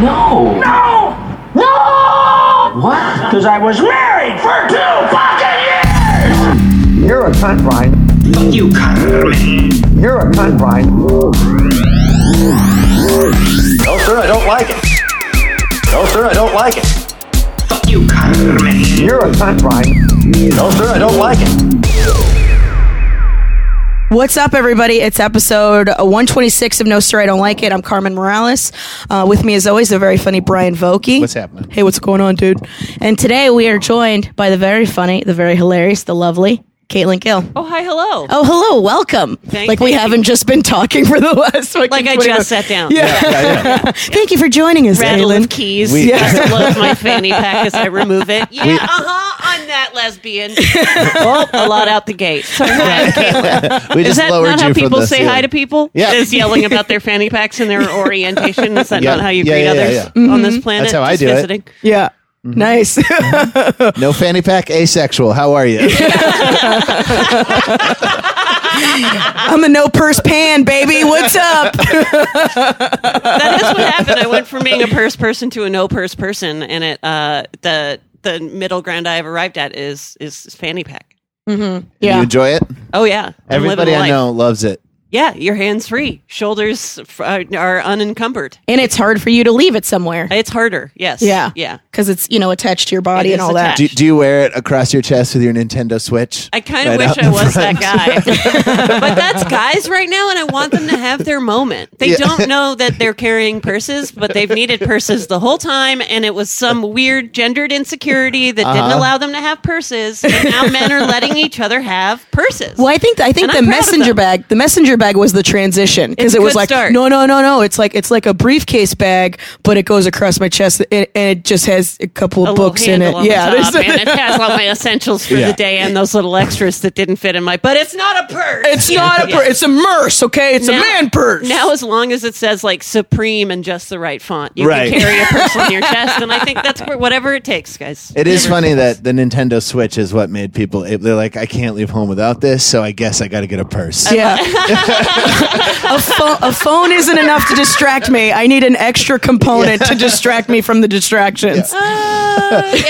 No. No! No! What? Because I was married for two fucking years! You're a cunt, Brian. You cunt. You're a cunt, Brian. No, sir, I don't like it. No, sir, I don't like it. Fuck you cunt. You're a cunt, Brian. No, sir, I don't like it. What's up, everybody? It's episode 126 of No Sir, I Don't Like It. I'm Carmen Morales. Uh, with me, as always, the very funny Brian Vokey. What's happening? Hey, what's going on, dude? And today we are joined by the very funny, the very hilarious, the lovely Caitlin Gill. Oh, hi, hello. Oh, hello, welcome. Thank like we you. haven't just been talking for the last fucking like 20 I just minutes. sat down. Thank you for joining us, Rattle Caitlin. of keys. We- Just loads my fanny pack as I remove it. Yeah, uh huh. I'm that lesbian. oh, a lot out the gate. So I'm Caitlin. We Is just that lowered not how you from people the say ceiling. hi to people? Yeah. Is yelling about their fanny packs and their orientation. Is that Yeah. not how you Yeah, greet yeah, yeah, Mm-hmm. others on this planet? That's how I Just do it. visiting? Yeah. Mm-hmm. Nice. No fanny pack, asexual. How are you? I'm a no purse pan, baby. What's up? that is what happened. I went from being a purse person to a no purse person, and it uh, the the middle ground I have arrived at is is fanny pack. You yeah. enjoy it? Oh yeah, I'm living Everybody I life. know loves it. Yeah, you're hands free. Shoulders f- are are unencumbered. And it's hard for you to leave it somewhere. It's harder. Yes. Yeah. Yeah. Because it's, you know, attached to your body It and is all that. Do, do you wear it across your chest with your Nintendo Switch? I kind of Right out wish in I the was front. that guy. but that's guys right now, and I want them to have their moment. They don't know that they're carrying purses, but they've needed purses the whole time, and it was some weird gendered insecurity that Uh-huh. didn't allow them to have purses. And now men are letting each other have purses. Well, I think I think And the I'm proud of messenger them. bag, the messenger bag was the transition because It's a it was good like start. no, no, no, no. It's like it's like a briefcase bag, but it goes across my chest and, and it just has a couple A of little books in it. handle on the yeah, top, and it has all my essentials for Yeah. the day and those little extras that didn't fit in my. But it's not a purse. it's not a purse. It's a merce, okay? It's a Now- man purse. Now, as long as it says like Supreme and just the right font, you Right. can carry a purse on your chest, and I think that's where, whatever it takes, guys. It is funny that the Nintendo Switch is what made people. it- They're like, I can't leave home without this, so I guess I got to get a purse. yeah, a, pho- a phone isn't enough to distract me. I need an extra component to distract me from the distractions. Uh,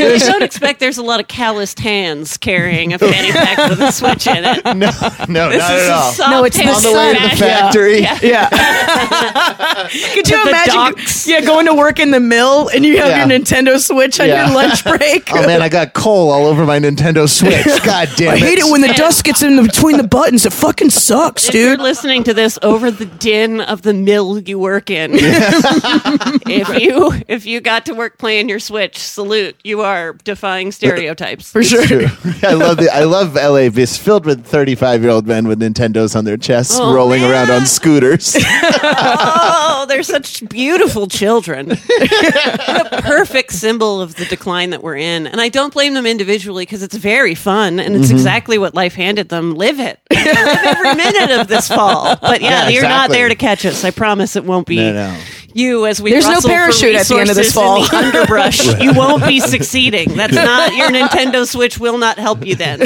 yeah, I don't expect there's a lot of calloused hands carrying a fanny pack with a switch in it. No, no, This not is at a all. soft No, it's hand On the way to the smash. factory. Yeah. Could you the imagine? docks. Yeah, going to work in the mill and you have Yeah. your Nintendo Switch on Yeah. your lunch break. Oh man, I got coal all over my Nintendo Switch. God damn I it! hate it when the dust gets in the, between the buttons. It fucking sucks, If you're dude. listening to this over the din of the mill you work in, if you if you got to work playing your Switch, salute. You are defying stereotypes. For sure. True. I love the I love LA. It's filled with 35 year old men with Nintendos on their chests, Oh, rolling man. around on scooters. Oh, they're such beautiful children. the perfect symbol of the decline that we're in. And I don't blame them individually because it's very fun and it's Mm-hmm. exactly what life handed them. Live it. Live every minute of this fall. But yeah, Yeah, you're not exactly. there to catch us. I promise it won't be No, no. you as we There's no rustle for parachute at the end of this resources in fall. the underbrush. you won't be succeeding. That's not your Nintendo Switch will not help you then.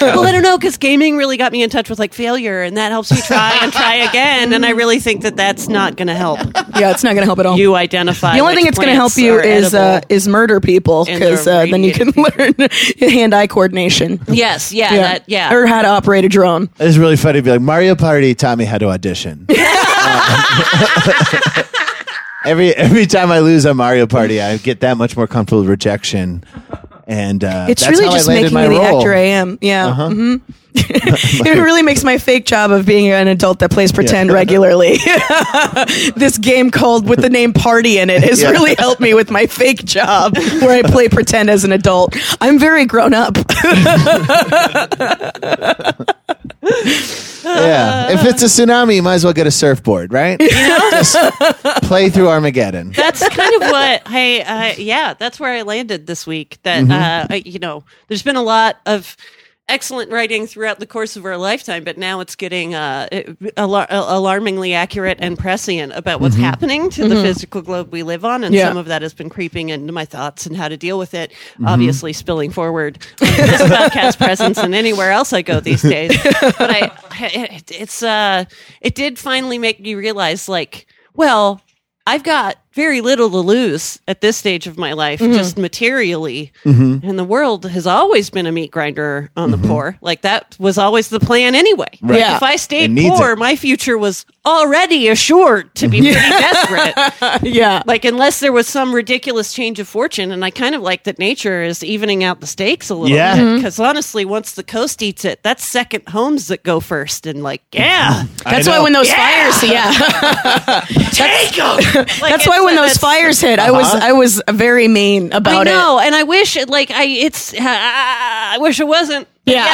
well, I don't know because gaming really got me in touch with like failure, and that helps me try and try again. And I really think that that's not going to help Yeah, it's not gonna help at all. you identify. the only which thing that's going to help plants you are is uh, edible. is murder people And they're because uh, then you can radiated learn hand eye coordination. yes, yeah, yeah. That, yeah. or how to operate a drone. It's really funny to be like Mario Party taught me how to audition. Um, every every time I lose a Mario Party, I get that much more comfortable with rejection. And uh, It's that's really how just I landed making my me the role. actor I am. Yeah. hmm it really makes my fake job of being an adult that plays pretend regularly. this game called with the name party in it has Yeah. really helped me with my fake job where I play pretend as an adult. I'm very grown up. Yeah. If it's a tsunami, you might as well get a surfboard, right? just play through Armageddon. that's kind of what I, uh, yeah, that's where I landed this week. That, uh, I- you know, there's been a lot of excellent writing throughout the course of our lifetime, but now it's getting uh, alar- alarmingly accurate and prescient about what's happening to the physical globe we live on. And Yeah. some of that has been creeping into my thoughts and how to deal with it, Mm-hmm. obviously spilling forward on this podcast presence and anywhere else I go these days. But I, it, it's, uh, it did finally make me realize, like, well, I've got very little to lose at this stage of my life, Mm-hmm. just materially. And the world has always been a meat grinder on Mm-hmm. the poor. Like that was always the plan anyway. Yeah. If I It stayed needs poor, it. Mm-hmm. my future was already assured to be pretty desperate. yeah. Like unless there was some ridiculous change of fortune, and I kind of like that nature is evening out the stakes a little Yeah. Mm-hmm. bit. Because honestly, once the coast eats it, that's second homes that go first, and like yeah, That's why when those fires, yeah, take them. that's why when those fires hit, I was I was very mean I about it. know, and I wish it like I it's uh, I wish it wasn't. Yeah,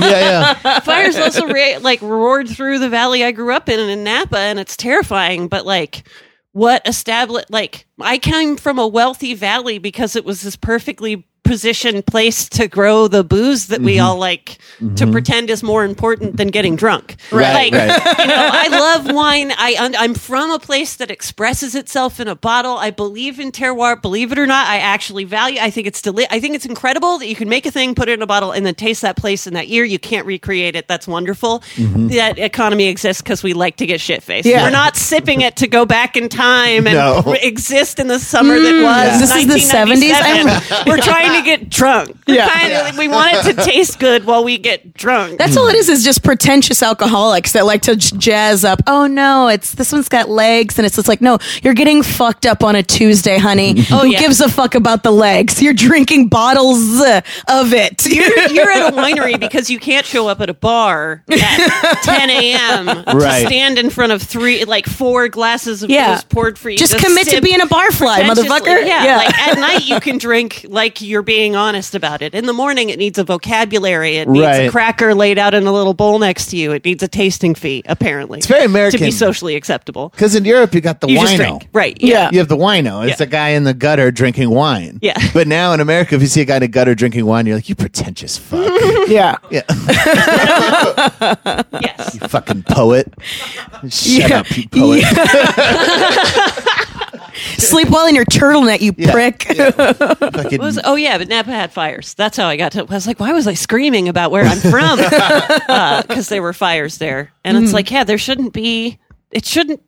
yeah, yeah. Fires also re- like roared through the valley I grew up in in Napa, and it's terrifying. But like, what established? Like, I came from a wealthy valley because it was this perfectly positioned place to grow the booze that Mm-hmm. we all like to pretend is more important than getting drunk. Right, Like, right. you know, I love wine. I un- I'm from a place that expresses itself in a bottle. I believe in terroir. Believe it or not, I actually value. I think it's deli- I think it's incredible that you can make a thing, put it in a bottle, and then taste that place in that year. You can't recreate it. That's wonderful. That economy exists because we like to get shit faced. Mm-hmm. Yeah. We're not sipping it to go back in time and No. re- exist in the summer that was. Mm. This is the 70s? I- 1997. We're trying to get drunk. We're Yeah. trying to- we want it to taste good while we get drunk. that's all it is is just pretentious alcoholics that like to j- jazz up. Oh no, it's this one's got legs, and it's just like no, you're getting fucked up on a Tuesday, honey. Oh, Who yeah. gives a fuck about the legs? You're drinking bottles uh, of it. you're at a winery because you can't show up at a bar at 10 a.m. Right. to stand in front of three, like four glasses of Yeah. booze poured for you. Just commit to sip being a barfly, pretentiously. motherfucker. Yeah, Like at night, you can drink like you're being honest about it. In the morning, it needs a vocabulary. It needs Right. a cracker laid out in a little bowl next to you. It needs a tasting fee, apparently. It's very to be American. socially acceptable. Because in Europe, you got the You wino. just drink, right? Yeah. You have the wino. It's Yeah. a guy in the gutter drinking wine. Yeah. But now in America, if you see a guy in a gutter drinking wine, you're like, you pretentious fuck. yeah. yeah. Yes. You fucking poet. Shut Yeah. up, you poet. Sleep well in your turtleneck, you prick. Fucking- What was- oh yeah, but Napa had fires. That's how I got to. I was like, why was I screaming about where I'm from? Because there were fires there, and Mm. it's like, yeah, there shouldn't be. It shouldn't.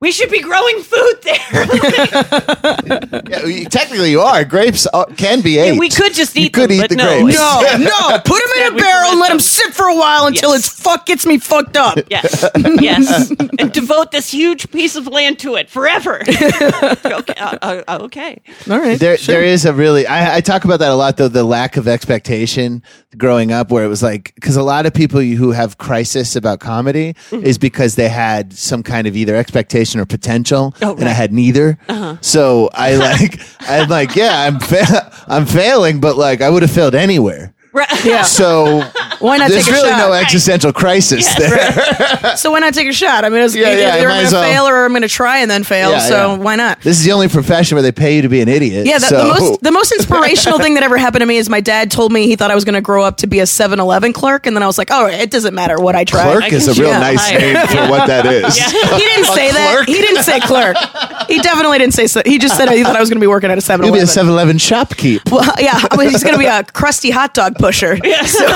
We should be growing food there. Yeah, you- technically, you are. Grapes are, can be ate. we could just eat. You could them, eat but the no. grapes. No, no. Put him in a we barrel and let let him them- sit for a while until Yes. his fuck gets me fucked up. Yes, yes, and devote this huge piece of land to it forever. okay, uh, uh, okay. All right. There, there is a really. I, I talk about that a lot, though. The lack of expectation growing up, where it was like, because a lot of people who have crisis about comedy Mm-hmm. is because they had some kind of either expectation or potential, Oh, and I had neither. Uh-huh. So I like, I'm like, yeah, I'm, fa- I'm failing, but like, I would have failed anywhere. Right. Yeah. So Why not there's take a really shot? no existential crisis there. So why not take a shot? I mean, it's Yeah, either yeah, I'm you might going to as well. fail or I'm going to try and then fail. Yeah, so yeah. why not? This is the only profession where they pay you to be an idiot. Yeah, the, so. the most the most inspirational thing that ever happened to me is my dad told me he thought I was going to grow up to be a 7-Eleven clerk, and then I was like, oh, it doesn't matter what I try. Clerk is a real Yeah. nice Hire. name for what that is. He didn't say that. clerk? He didn't say clerk. He definitely didn't say. So. He just said he thought I was going to be working at a 7-Eleven. You'll be a 7 Eleven shopkeep. well, yeah, I was- he's going to be a crusty hot dog pusher. So,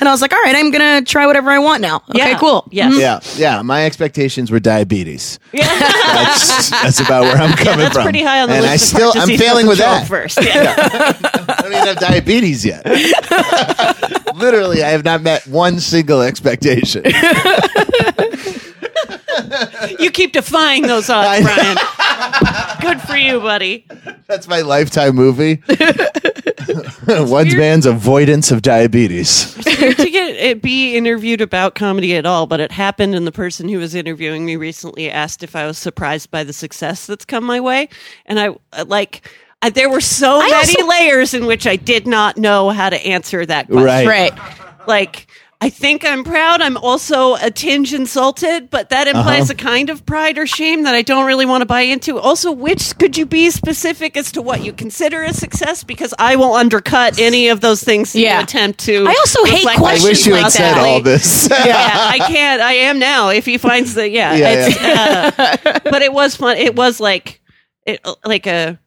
and I was like, all right, I'm going to try whatever I want now. Okay, Yeah. cool. Yes. Yeah, yeah. My expectations were diabetes. that's, that's about where I'm coming That's from. pretty high on the and list. I of still, heart I'm diseases failing to with solve that. first. Yeah. I don't even have diabetes yet. Literally, I have not met one single expectation. you keep defying those odds, Brian. Good for you, buddy. That's my lifetime movie. one man's avoidance of diabetes. weird to get it, be interviewed about comedy at all, but it happened, and the person who was interviewing me recently asked if I was surprised by the success that's come my way, and I uh, like. I, there were so many layers in which I did not know how to answer that question. Right. Mm-hmm. Right. Like, I think I'm proud. I'm also a tinge insulted, but that implies Uh-huh. a kind of pride or shame that I don't really want to buy into. Also, which could you be specific as to what you consider a success? Because I will undercut any of those things that you Yeah. attempt to. I also hate reflect questions I wish you like had said that. all this. yeah, I can't. I am now. If he finds the yeah, Yeah, it's, Uh, but it was fun. It was like it like a.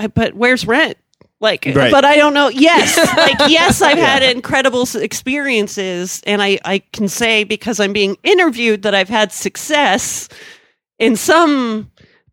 I- But where's rent? Like, Right. but I don't know. Yes, like yes, I've had incredible s- experiences, and I I can say because I'm being interviewed that I've had success in some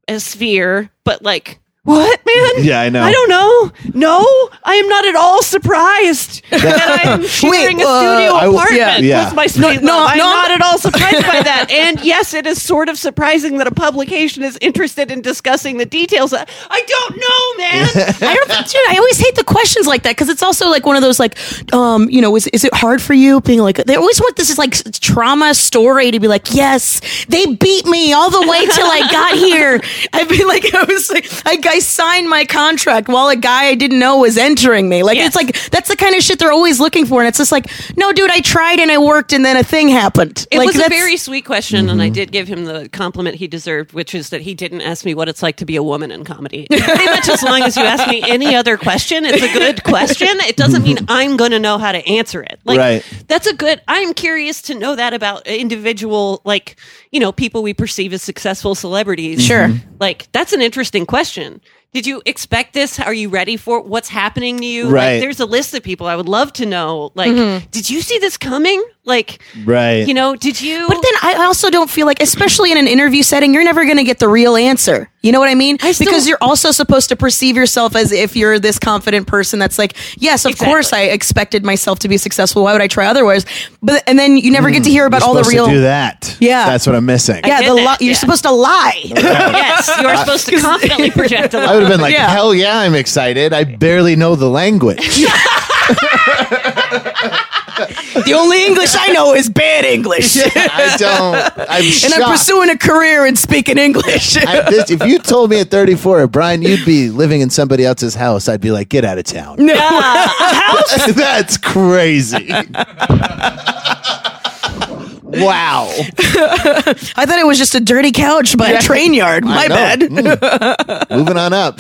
a sphere, but like, what, man? Yeah, I know. I don't know. No, I am not at all surprised that I'm sharing a uh, studio I w- apartment yeah. Yeah. with my sweet no, love. I'm no, not I'm- at all surprised by that. And yes, it is sort of surprising that a publication is interested in discussing the details. I don't know, man. I don't think, dude, I always hate the questions like that because it's also like one of those like, um, you know, is, is it hard for you being like, they always want this is like trauma story to be like, yes, they beat me all the way till I got here. I'd be like, I was like, I, I signed my contract while a guy I didn't know was entering me. Like, Yes. it's like, that's the kind of shit they're always looking for. And it's just like, no, dude, I tried and I worked and then a thing happened. It like, was a that's- very sweet question, and Mm-hmm. I did give him the compliment he deserved, which is that he didn't ask me what it's like to be a woman in comedy. Pretty much as long as you ask me any other question, it's a good question. It doesn't mean I'm going to know how to answer it. Like, Right. that's a good, I'm curious to know that about individual, like, you know, people we perceive as successful celebrities. Sure. Mm-hmm. Mhm. Like, that's an interesting question. Did you expect this? Are you ready for it? what's happening to you? Like, Right. there's a list of people I would love to know. Like, Mm-hmm. did you see this coming? Like, Right. you know, did you? But then I also don't feel like, especially in an interview setting, you're never going to get the real answer. You know what I mean? still- because you're also supposed to perceive yourself as if you're this confident person that's like, yes, of Exactly. course I expected myself to be successful. Why would I try otherwise? But and then you never get to hear about all the Hmm. supposed real. to do that. Yeah. that's what I'm missing. Yeah, did the that, li- you're yeah. supposed to lie. yes, you are supposed to confidently project a I lie. would have been like, Yeah. hell yeah, I'm excited. I barely know the language. the only English I know is bad English. I don't. I'm And shocked. I'm pursuing a career in speaking English. I- this- if you told me at 34, Brian, you'd be living in somebody else's house, I'd be like, get out of town. No. house? That's crazy. wow. I thought it was just a dirty couch by a train yard. My I know. bad. Mm. Moving on up.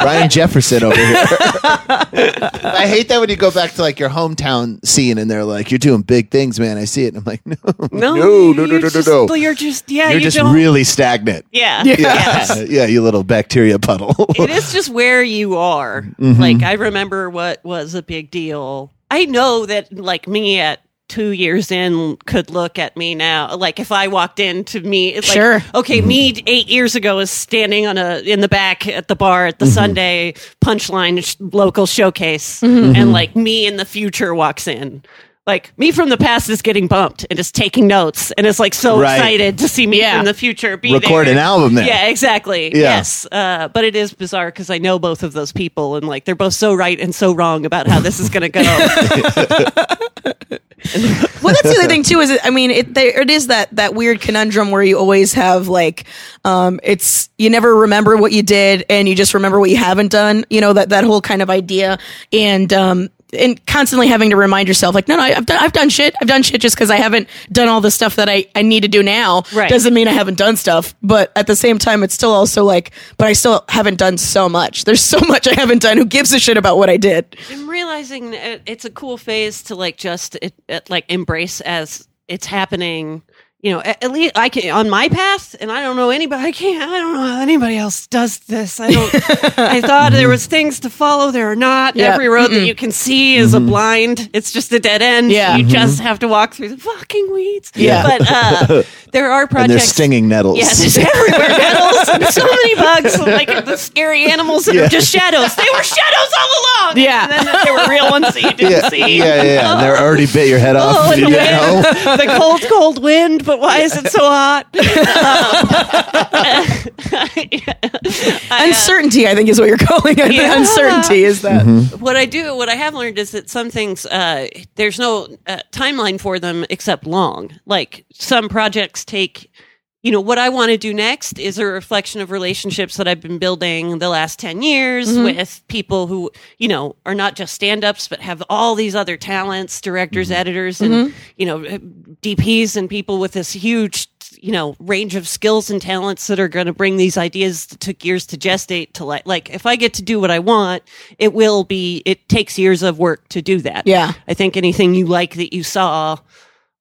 Brian Jefferson over here. I hate that when you go back to like your hometown scene and they're like, you're doing big things, man. I see it. And I'm like, no, no, no, no, no, you're no, just, no. You're just yeah. You're you just don't, really stagnant. yeah. Yeah. yeah, you little bacteria puddle. It is just where you are. Mm-hmm. Like I remember what was a big deal. I know that like me at two years in could look at me now. Like if I walked into me, it's like, Sure. Okay, me eight years ago is standing on a in the back at the bar at the Mm-hmm. Sunday punchline sh- local showcase, Mm-hmm. and like me in the future walks in. Like me from the past is getting bumped and is taking notes and is like so Right. excited to see me Yeah. in the future be Record there. an album there. Yeah, exactly. Yeah. Yes. Uh, but it is bizarre because I know both of those people and like they're both so right and so wrong about how this is going to go. well, that's the other thing too. Is it, I mean, it there, it is that that weird conundrum where you always have like, um, it's you never remember what you did and you just remember what you haven't done. You know that that whole kind of idea and um and constantly having to remind yourself like, no, no, I've done I've done shit. I've done shit just because I haven't done all the stuff that I I need to do now. Right. Doesn't mean I haven't done stuff, but at the same time, it's still also like, but I still haven't done so much. There's so much I haven't done. Who gives a shit about what I did? I'm realizing it, it's a cool phase to like just it, it, like embrace as it's happening. You know, at, at least I can on my path, and I don't know anybody. I can't. I don't know how anybody else does this. I don't. I thought there was things to follow. There are not. Yeah. Every road that you can see is Mm-hmm. a blind. It's just a dead end. Yeah. you just have to walk through the fucking weeds. Yeah. but uh, there are and they're projects. stinging nettles. Yeah, there's everywhere nettles and so many bugs and like the scary animals that are just shadows. They were shadows all along. Yeah. and then there were real ones that you didn't yeah, yeah, see. yeah, yeah. And they're already bit your head off. Oh, and you the know? wind, the cold, cold wind. But why is it so hot? Um, uncertainty, I think, is what you're calling it. Uh, Yeah. The uncertainty is that. what I do, what I have learned is that some things uh, there's no uh, timeline for them except long. Like some projects take, you know, what I want to do next is a reflection of relationships that I've been building the last ten years with people who, you know, are not just stand-ups but have all these other talents, directors, editors, and you know, DPs and people with this huge you know range of skills and talents that are going to bring these ideas that took years to gestate to like like if i get to do what i want it will be it takes years of work to do that Yeah. i think anything you like that you saw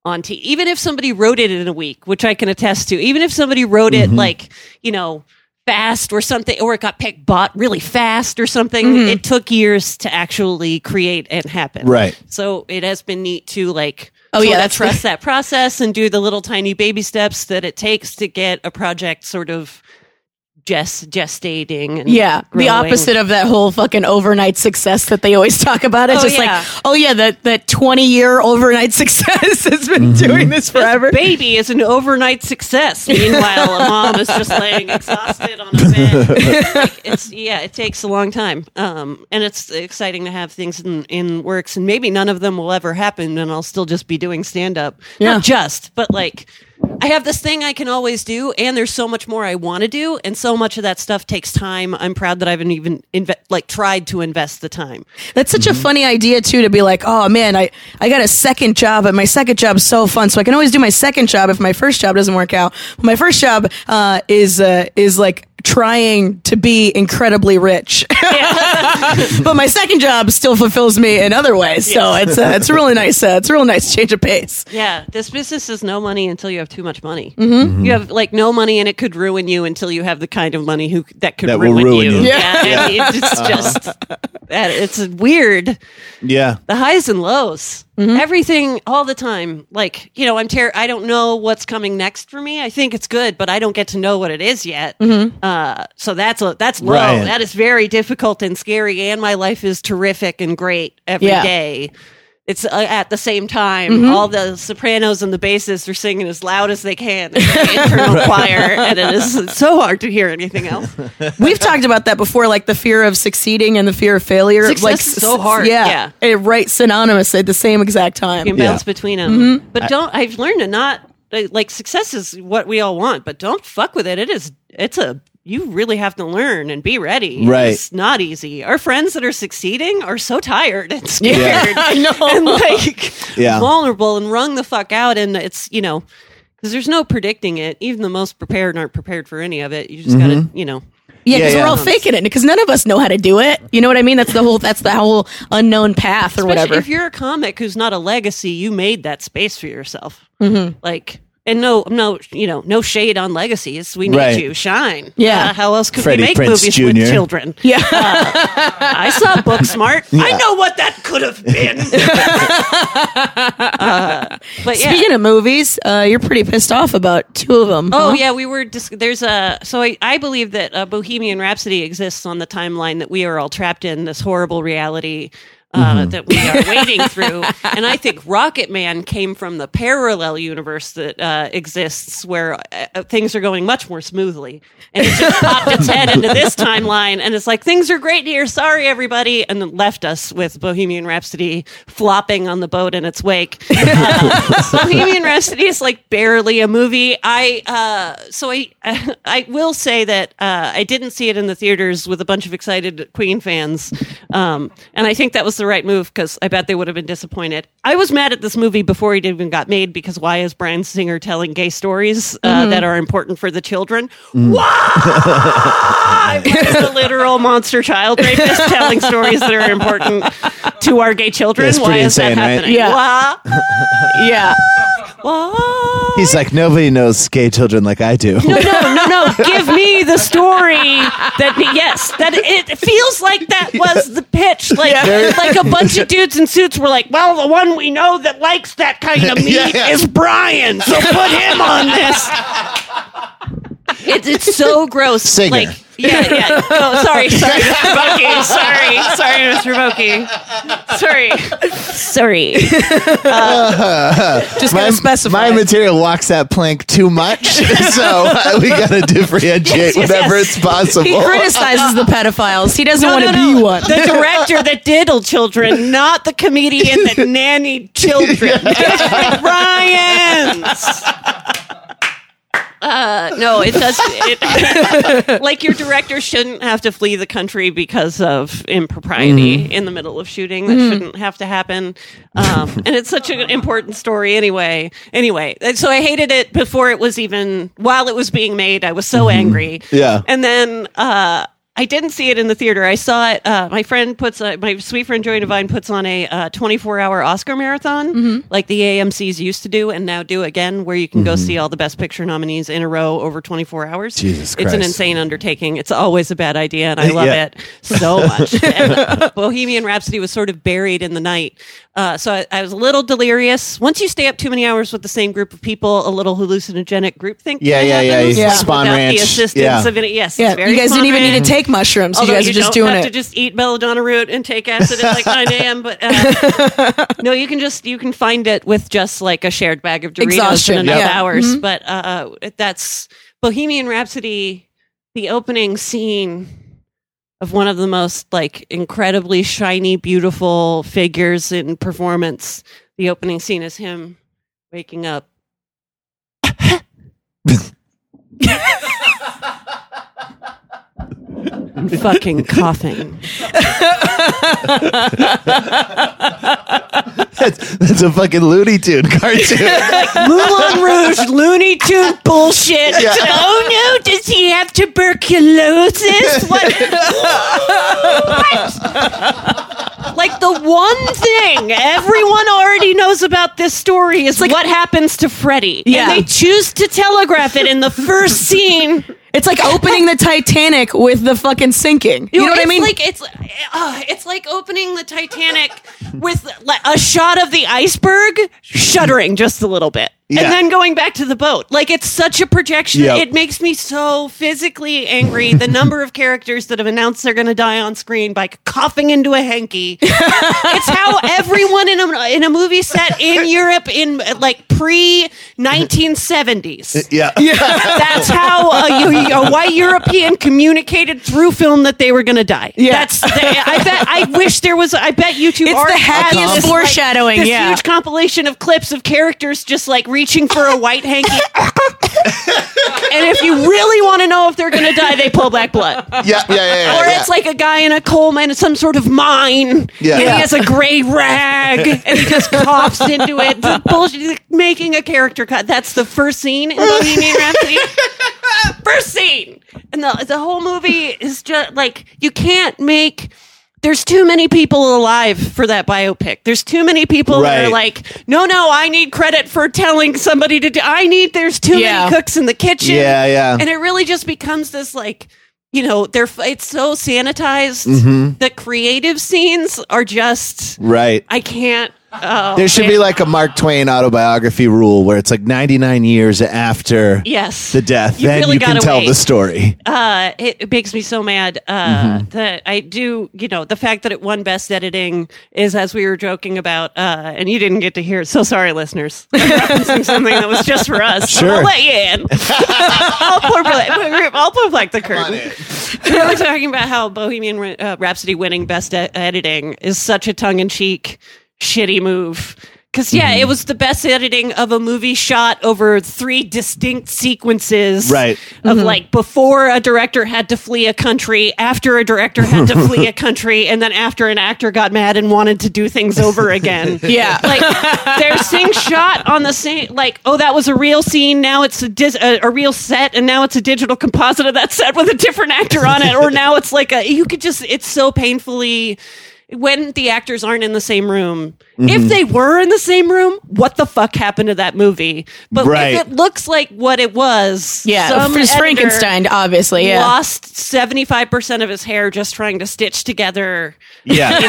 on t even if somebody wrote it in a week which i can attest to even if somebody wrote it like you know fast or something or it got picked bought really fast or something it took years to actually create and happen Right. so it has been neat to like Oh, yeah, sorta that's- trust that process and do the little tiny baby steps that it takes to get a project sort of gest gestating and Yeah, growing. the opposite of that whole fucking overnight success that they always talk about. It's Oh, just yeah. like, oh yeah, that that twenty year overnight success has been doing this forever. baby is an overnight success. Meanwhile, a mom is just laying exhausted on a bed. Like, it's yeah, it takes a long time, um, and it's exciting to have things in, in works, and maybe none of them will ever happen, and I'll still just be doing stand up. Yeah. Not just, but like. I have this thing I can always do, and there's so much more I want to do, and so much of that stuff takes time. I'm proud that I haven't even inve- like tried to invest the time. That's such a funny idea too to be like, oh man, I I got a second job, and my second job's so fun, so I can always do my second job if my first job doesn't work out. My first job uh, is uh, is like trying to be incredibly rich, but my second job still fulfills me in other ways. So it's uh, it's a really nice uh, it's a real nice change of pace. Yeah, this business is no money until you have too much money. Mm-hmm. You have like no money, and it could ruin you until you have the kind of money who that could That will ruin, ruin you. you. Yeah, I mean, it's just that it's weird. Yeah. The highs and lows, everything all the time. Like you know, I'm ter- I don't know what's coming next for me. I think it's good, but I don't get to know what it is yet. Uh, so that's a, that's low. Right. That is very difficult and scary. And my life is terrific and great every day Yeah. it's uh, at the same time all the sopranos and the bassists are singing as loud as they can in the internal choir and it is so hard to hear anything else We've talked about that before, like the fear of succeeding and the fear of failure. Success like is so hard, Yeah, It, right, synonymous at the same exact time. you can Yeah. Mm-hmm. bounce between them but don't i've learned to not like like, success is what we all want but don't fuck with it it is it's a you really have to learn and be ready Right. it's not easy our friends that are succeeding are so tired and scared I know. and like Yeah. vulnerable and wrung the fuck out. And it's you know because there's no predicting it. Even the most prepared aren't prepared for any of it. You just Mm-hmm. gotta you know. yeah, because Yeah, we're yeah. all faking it because none of us know how to do it. You know what I mean? That's the whole. That's the whole unknown path or Especially whatever. If you're a comic who's not a legacy, you made that space for yourself. Mm-hmm. Like. And no, no, you know, no shade on legacies. We need Right. you. Shine. Yeah. Uh, how else could Freddie we make Prinze movies Jr.. with children? Yeah. I saw Booksmart. I know what that could have been. Uh, but yeah. Speaking of movies, uh, you're pretty pissed off about two of them. Oh yeah, we were. Dis- there's a so I, I believe that uh, Bohemian Rhapsody exists on the timeline that we are all trapped in this horrible reality uh, that we are wading through, and I think Rocket Man came from the parallel universe that uh, exists where uh, uh, things are going much more smoothly, and it just popped its head into this timeline, and it's like things are great here. Sorry, everybody, and then left us with Bohemian Rhapsody flopping on the boat in its wake. Bohemian Rhapsody is like barely a movie. I uh, so I I will say that uh, I didn't see it in the theaters with a bunch of excited Queen fans, um, and I think that was the right move because I bet they would have been disappointed. I was mad at this movie before it even got made because why is Brian Singer telling gay stories uh, that are important for the children? Why is the literal monster child rapist telling stories that are important to our gay children? That's why pretty is insane, that right? happening? Yeah. Why? yeah. Why? He's like, nobody knows gay children like I do. No, no, no, no. Give me the story that yes, that it feels like that was the pitch. Like like a bunch of dudes in suits were like, "Well, the one we know that likes that kind of meat Yeah, yeah. is Brian, so put him on this." It's it's so gross. Singer. Like yeah, yeah. Oh, sorry, sorry, Mr. Bokey. Sorry, sorry, Mr. Bokey. Sorry, sorry. Just my, gotta specify. my material walks that plank too much, so uh, we gotta differentiate yes, whenever yes. it's possible. he criticizes the pedophiles. He doesn't want to be one. The director that diddled children, not the comedian that nannied children. Just Ryan's. Uh, no, it does. It, like your director shouldn't have to flee the country because of impropriety Mm-hmm. in the middle of shooting. That shouldn't have to happen. Um, and it's such an important story anyway. Anyway, and so I hated it Mm-hmm. before it was even while it was being made. I was so angry. Yeah. And then uh, I didn't see it in the theater. I saw it. Uh, my friend puts a, my sweet friend Joy Devine puts on a twenty four hour Oscar marathon, Mm-hmm. like the AMC's used to do and now do again, where you can go see all the Best Picture nominees in a row over twenty four hours. Jesus it's an Christ. insane undertaking. It's always a bad idea, and I love Yeah. it so much. And Bohemian Rhapsody was sort of buried in the night, uh, so I, I was a little delirious. Once you stay up too many hours with the same group of people, a little hallucinogenic groupthink. Yeah, kinda yeah, yeah, happens yeah. Spawn without Ranch. The assistance Yeah. of any, yes, Yeah, it's very you guys Spawn didn't even need Ranch. to take mushrooms. Although you guys are just don't doing have to it. just eat belladonna root and take acid at like 9 a.m. But uh, no, you can just you can find it with just like a shared bag of Doritos Exhaustion, in enough yeah. Mm-hmm. hours. But uh, that's Bohemian Rhapsody. The opening scene of one of the most like incredibly shiny, beautiful figures in performance. The opening scene is him waking up. I'm fucking coughing. That's, that's a fucking Looney Tune cartoon. Moulin Rouge, Looney Tune bullshit. Oh no, does he have tuberculosis? What? What? Like the one thing everyone already knows about this story is what happens to Freddy. Yeah. And they choose to telegraph it in the first scene. It's like opening the Titanic with the fucking sinking. You know what I it's mean? Like it's uh, it's like opening the Titanic with like, a shot of the iceberg, shuddering just a little bit, Yeah. and then going back to the boat. Like it's such a projection. Yep. It makes me so physically angry. The number of characters that have announced they're going to die on screen by coughing into a hanky. it's how everyone in a in a movie set in Europe in uh, like pre 1970s. yeah. That's how a, a white European communicated through film that they were going to die. Yeah. That's the, I bet. I wish there was. I bet YouTube. It's already the had happiest this, foreshadowing, Like, this yeah. huge compilation of clips of characters just like reaching for a white hanky. and if you really want to know if they're going to die, they pull back blood. Yeah, yeah, yeah, yeah, Or yeah. it's like a guy in a coal mine, some sort of mine, Yeah. and Yeah. he has a gray rag, and he just coughs into it. It's bullshit, making a character cut. That's the first scene in Bohemian Rhapsody. First scene, and the the whole movie is just like you can't make. There's too many people alive for that biopic. There's too many people that Right. are like, no, no, I need credit for telling somebody to do. I need. There's too Yeah. many cooks in the kitchen. Yeah, yeah. And it really just becomes this like, you know, they're f- it's so sanitized. The creative scenes are just Mm-hmm. right. I can't. Oh, There should be man. like a Mark Twain autobiography rule where it's like 99 years after yes, the death, You then really you can gotta tell wait. the story. uh, it, it makes me so mad uh, Mm-hmm. that I do, you know, the fact that it won best editing is, as we were joking about, uh, and you didn't get to hear it. So sorry, listeners. I'm referencing something that was just for us. Sure. I'll let you in. I'll, pull back, I'll pull back the curtain. We were talking about how Bohemian uh, Rhapsody winning best e- editing is such a tongue in cheek, shitty move. Because, yeah, Mm-hmm. it was the best editing of a movie shot over three distinct sequences Right. of like before a director had to flee a country, after a director had to flee a country, and then after an actor got mad and wanted to do things over again. Yeah. like they're seeing shot on the same. Like, oh, that was a real scene. Now it's a, dis- a a real set, and now it's a digital composite of that set with a different actor on it. Or now it's like a you could just. It's so painfully. When the actors aren't in the same room, if they were in the same room, what the fuck happened to that movie? But Right. if it looks like what it was, yeah, some for editor Frankenstein, obviously. Yeah, Lost seventy five percent of his hair just trying to stitch together Yeah.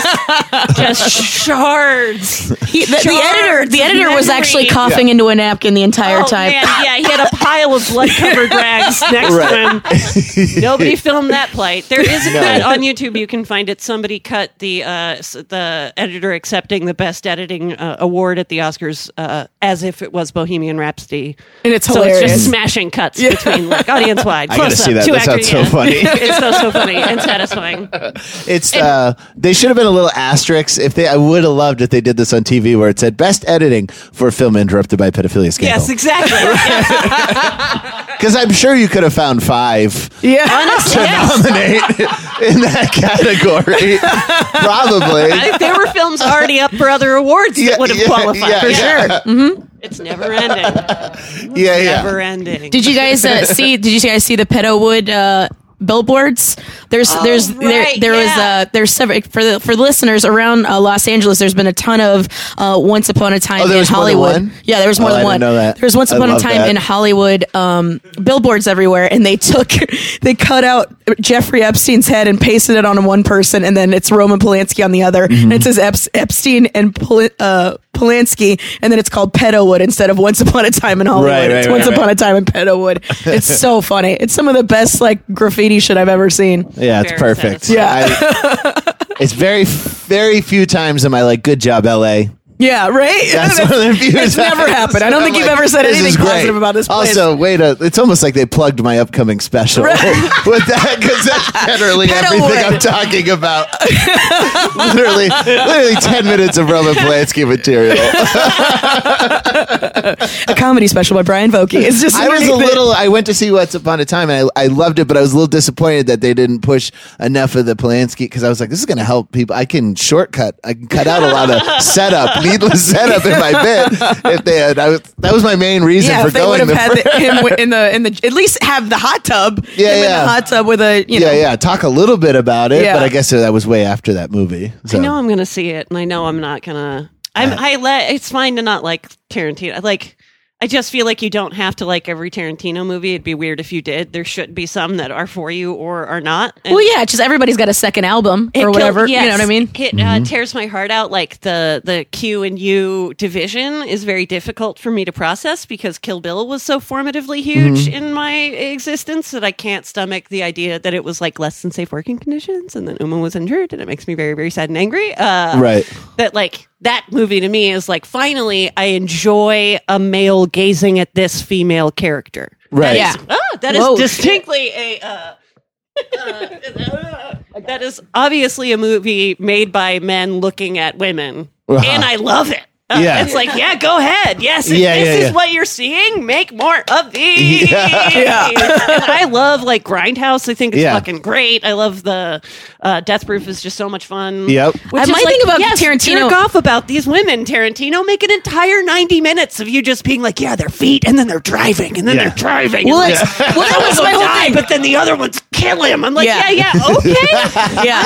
just shards. He- the, the editor, Shards the of editor was memory. actually coughing into a napkin the entire Oh, time. man, yeah, he had a pile of blood covered rags next to him. Nobody filmed that plight. There is a cut on YouTube. You can find it. Somebody cut the uh, s- the editor accepting the best editing uh, award at the Oscars uh, as if it was Bohemian Rhapsody. And it's so it's hilarious. just smashing cuts between like audience wide. I gotta see that. That sounds so funny. it's so so funny and satisfying. It's uh, they should have been a little asterisk if they. I would have loved if they did this on TV where it said best editing for a film interrupted by pedophilia scandal. Yes, exactly. because I'm sure you could have found five yeah. to nominate in that category, probably. I think there were films already up for other awards that Yeah, would have yeah, qualified yeah, for yeah. sure. Mm-hmm. It's never ending. yeah, yeah. Never ending. Did you guys uh, see? Did you guys see the Pedowood uh, billboards. There's there's Oh, right, there there yeah. was uh there's several for the for the listeners around uh, Los Angeles. There's been a ton of uh, Once Upon a Time Oh, there in was more than Hollywood. one? Yeah, there was more Oh, than I one. didn't know that. There was Once I Upon a love Time that. in Hollywood um, billboards everywhere, and they took they cut out Jeffrey Epstein's head and pasted it on one person, and then it's Roman Polanski on the other, Mm-hmm. and it says Eps- Epstein and Pol- uh, Polanski, and then it's called Pedowood instead of Once Upon a Time in Hollywood. Right, it's right, Once right, Upon right. a Time in Pedowood. It's so funny. It's some of the best like graffiti shit I've ever seen. Yeah, it's Very perfect. satisfying. I- it's very, very few times am I like, good job, LA. Yeah, right. That's one of the few times. it's never happened. I don't I'm think you've like, ever said this anything is great. positive about this place. Also, wait a, it's almost like they plugged my upcoming special with that because that's generally Petalwood. everything I'm talking about. literally, literally ten minutes of Roman Polanski material. a comedy special by Brian Vokey. It's just I was a little. I went to see Once Upon a Time, and I, I loved it, but I was a little disappointed that they didn't push enough of the Polanski because I was like, this is going to help people. I can shortcut. I can cut out a lot of setup, needless setup in my bit. If they had, I was, that was my main reason yeah, for if they would going. have the had first- the, him wi- in the in the at least have the hot tub. Yeah, him in yeah. the hot tub with a you know. yeah, yeah. Talk a little bit about it, Yeah. but I guess that was way after that movie. So. I know I'm going to see it, and I know I'm not going to. I'm. I let. It's fine to not like Tarantino. Like, I just feel like you don't have to like every Tarantino movie. It'd be weird if you did. There should be some that are for you or are not. And Well, yeah, it's just everybody's got a second album it or killed- whatever. yes, You know what I mean? It uh, tears my heart out. Like the the Q and U division is very difficult for me to process because Kill Bill was so formatively huge in my existence that I can't stomach the idea that it was like less than safe working conditions and that Uma was injured and it makes me very very sad and angry. Uh, Right. That like that movie to me is like finally I enjoy a male gazing at this female character. Right. Yeah. Ah, that is Whoa. distinctly a. Uh, uh, that is obviously a movie made by men looking at women, Uh-huh. and I love it. Uh, Yeah. it's like, yeah, go ahead. Yes, if Yeah, this yeah, is yeah. what you're seeing. Make more of these. and I love like Grindhouse. I think it's Yeah. fucking great. I love the uh, Death Proof is just so much fun. Yep. Which I is might think about yes, Tarantino- jerk off about these women, Tarantino. Make an entire ninety minutes of you just being like, yeah, their feet, and then they're driving, and then Yeah. they're driving. Well, and it's, well, that was one my will whole die, thing. but then the other ones kill him. I'm like, Yeah. yeah, yeah, okay, Yeah.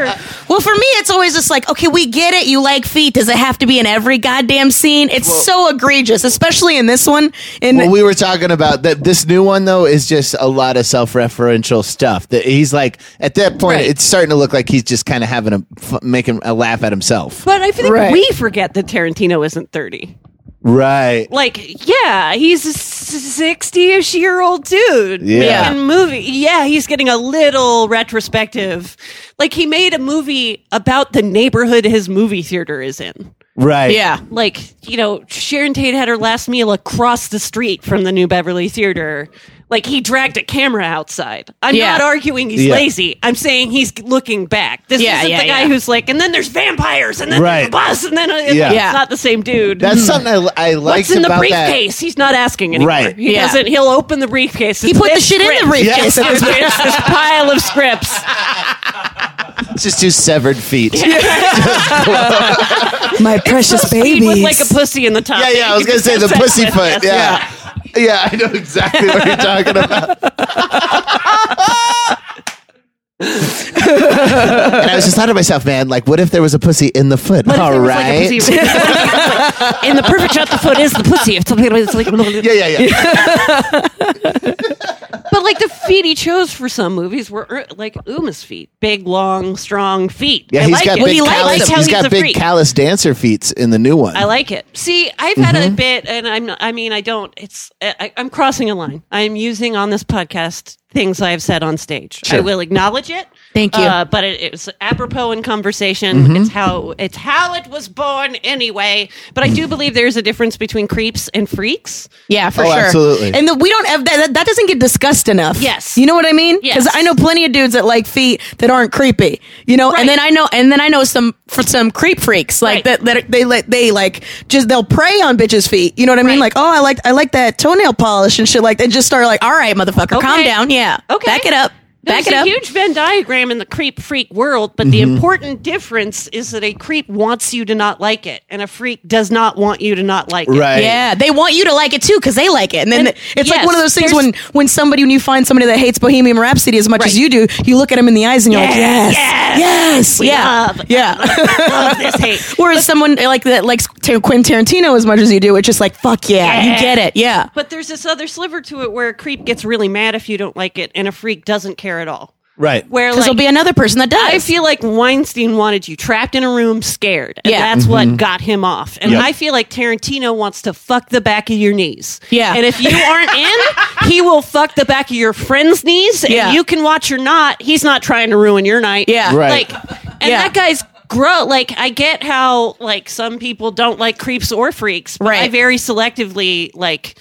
here. Well, for me, it's always just like, okay, we get it. You like feet. Does it have to be in every goddamn scene? It's so egregious, especially in this one. In Well, we were talking about that. This new one though is just a lot of self-referential stuff. That he's like at that point, Right. it's starting to look like he's just kind of having a f- making a laugh at himself. But I think Right. we forget that Tarantino isn't 30. Right. Like, yeah, he's a 60-ish year old dude. Yeah. Making movie. Yeah, he's getting a little retrospective. Like he made a movie about the neighborhood his movie theater is in. Right. yeah, like you know sharon tate had her last meal across the street from the new beverly theater like he dragged a camera outside i'm Yeah. not arguing he's Yeah. lazy i'm saying he's looking back this Yeah, isn't yeah, the guy yeah. who's like and then there's vampires and then there's Right. a bus and then uh, it's, Yeah. like, Yeah. it's not the same dude That's something I, I liked What's in the about briefcase? He's not asking anymore. Right. He Yeah. doesn't. He'll open the briefcase. He put the shit in the briefcase at It's, it's this pile of scripts. that. Just do severed feet. Yeah, my precious He babies. was like a pussy in the top. yeah. I was gonna say the pussy foot. Yeah. yeah. I know exactly what you're talking about. and I was just thought to myself, man, like, what if there was a pussy in the foot? All right. and the perfect shot the foot is the pussy. If something it's like yeah, yeah, yeah. But like the feet he chose for some movies were er, like Uma's feet, big, long, strong feet. Yeah, I he's like got it. big I like callous, how he's he's a got big freak. callous dancer feats in the new one. I like it. See, I've had a bit, and I'm. Not, I mean, I don't. It's. I, I'm crossing a line. I'm using on this podcast things I have said on stage. I will acknowledge it. Thank you. Uh, but it, it was apropos in conversation. It's how it's how it was born anyway. But I do believe there is a difference between creeps and freaks. yeah, for Oh, sure. absolutely. And the, we don't have that, that. That doesn't get discussed enough. Yes. you know what I mean? Yes. I know plenty of dudes that like feet that aren't creepy. You know, Right. and then I know, and then I know some for some creep freaks like Right. that. That they let they like just they'll prey on bitches' feet. You know what I mean? Right. Like, oh, I like I like that toenail polish and shit like that. And just start like, all right, motherfucker, calm Okay. down. Yeah, Okay. back it up. Back it There's a up. huge Venn diagram in the creep freak world, but the important difference is that a creep wants you to not like it, and a freak does not want you to not like it. Right. Yeah, they want you to like it too because they like it, and then it's like yes, one of those things there's- when when somebody when you find somebody that hates Bohemian Rhapsody as much as Right. you do, you look at them in the eyes and you're like, yes, yes, yeah, love- yeah. Love this hate. Whereas someone like that likes Tar- Quentin Tarantino as much as you do, it's just like, fuck yeah, you get it, yeah. But there's this other sliver to it where a creep gets really mad if you don't like it, and a freak doesn't care at all. Right. Where Because like, there'll be another person that does. I feel like Weinstein wanted you trapped in a room, scared, and Yeah. that's what got him off. And Yep. I feel like Tarantino wants to fuck the back of your knees. Yeah. and if you aren't in, he will fuck the back of your friend's knees, and Yeah. you can watch or not. He's not trying to ruin your night. Yeah. Right. Like, and Yeah. that guy's grow like i get how like some people don't like creeps or freaks but i Right. very selectively like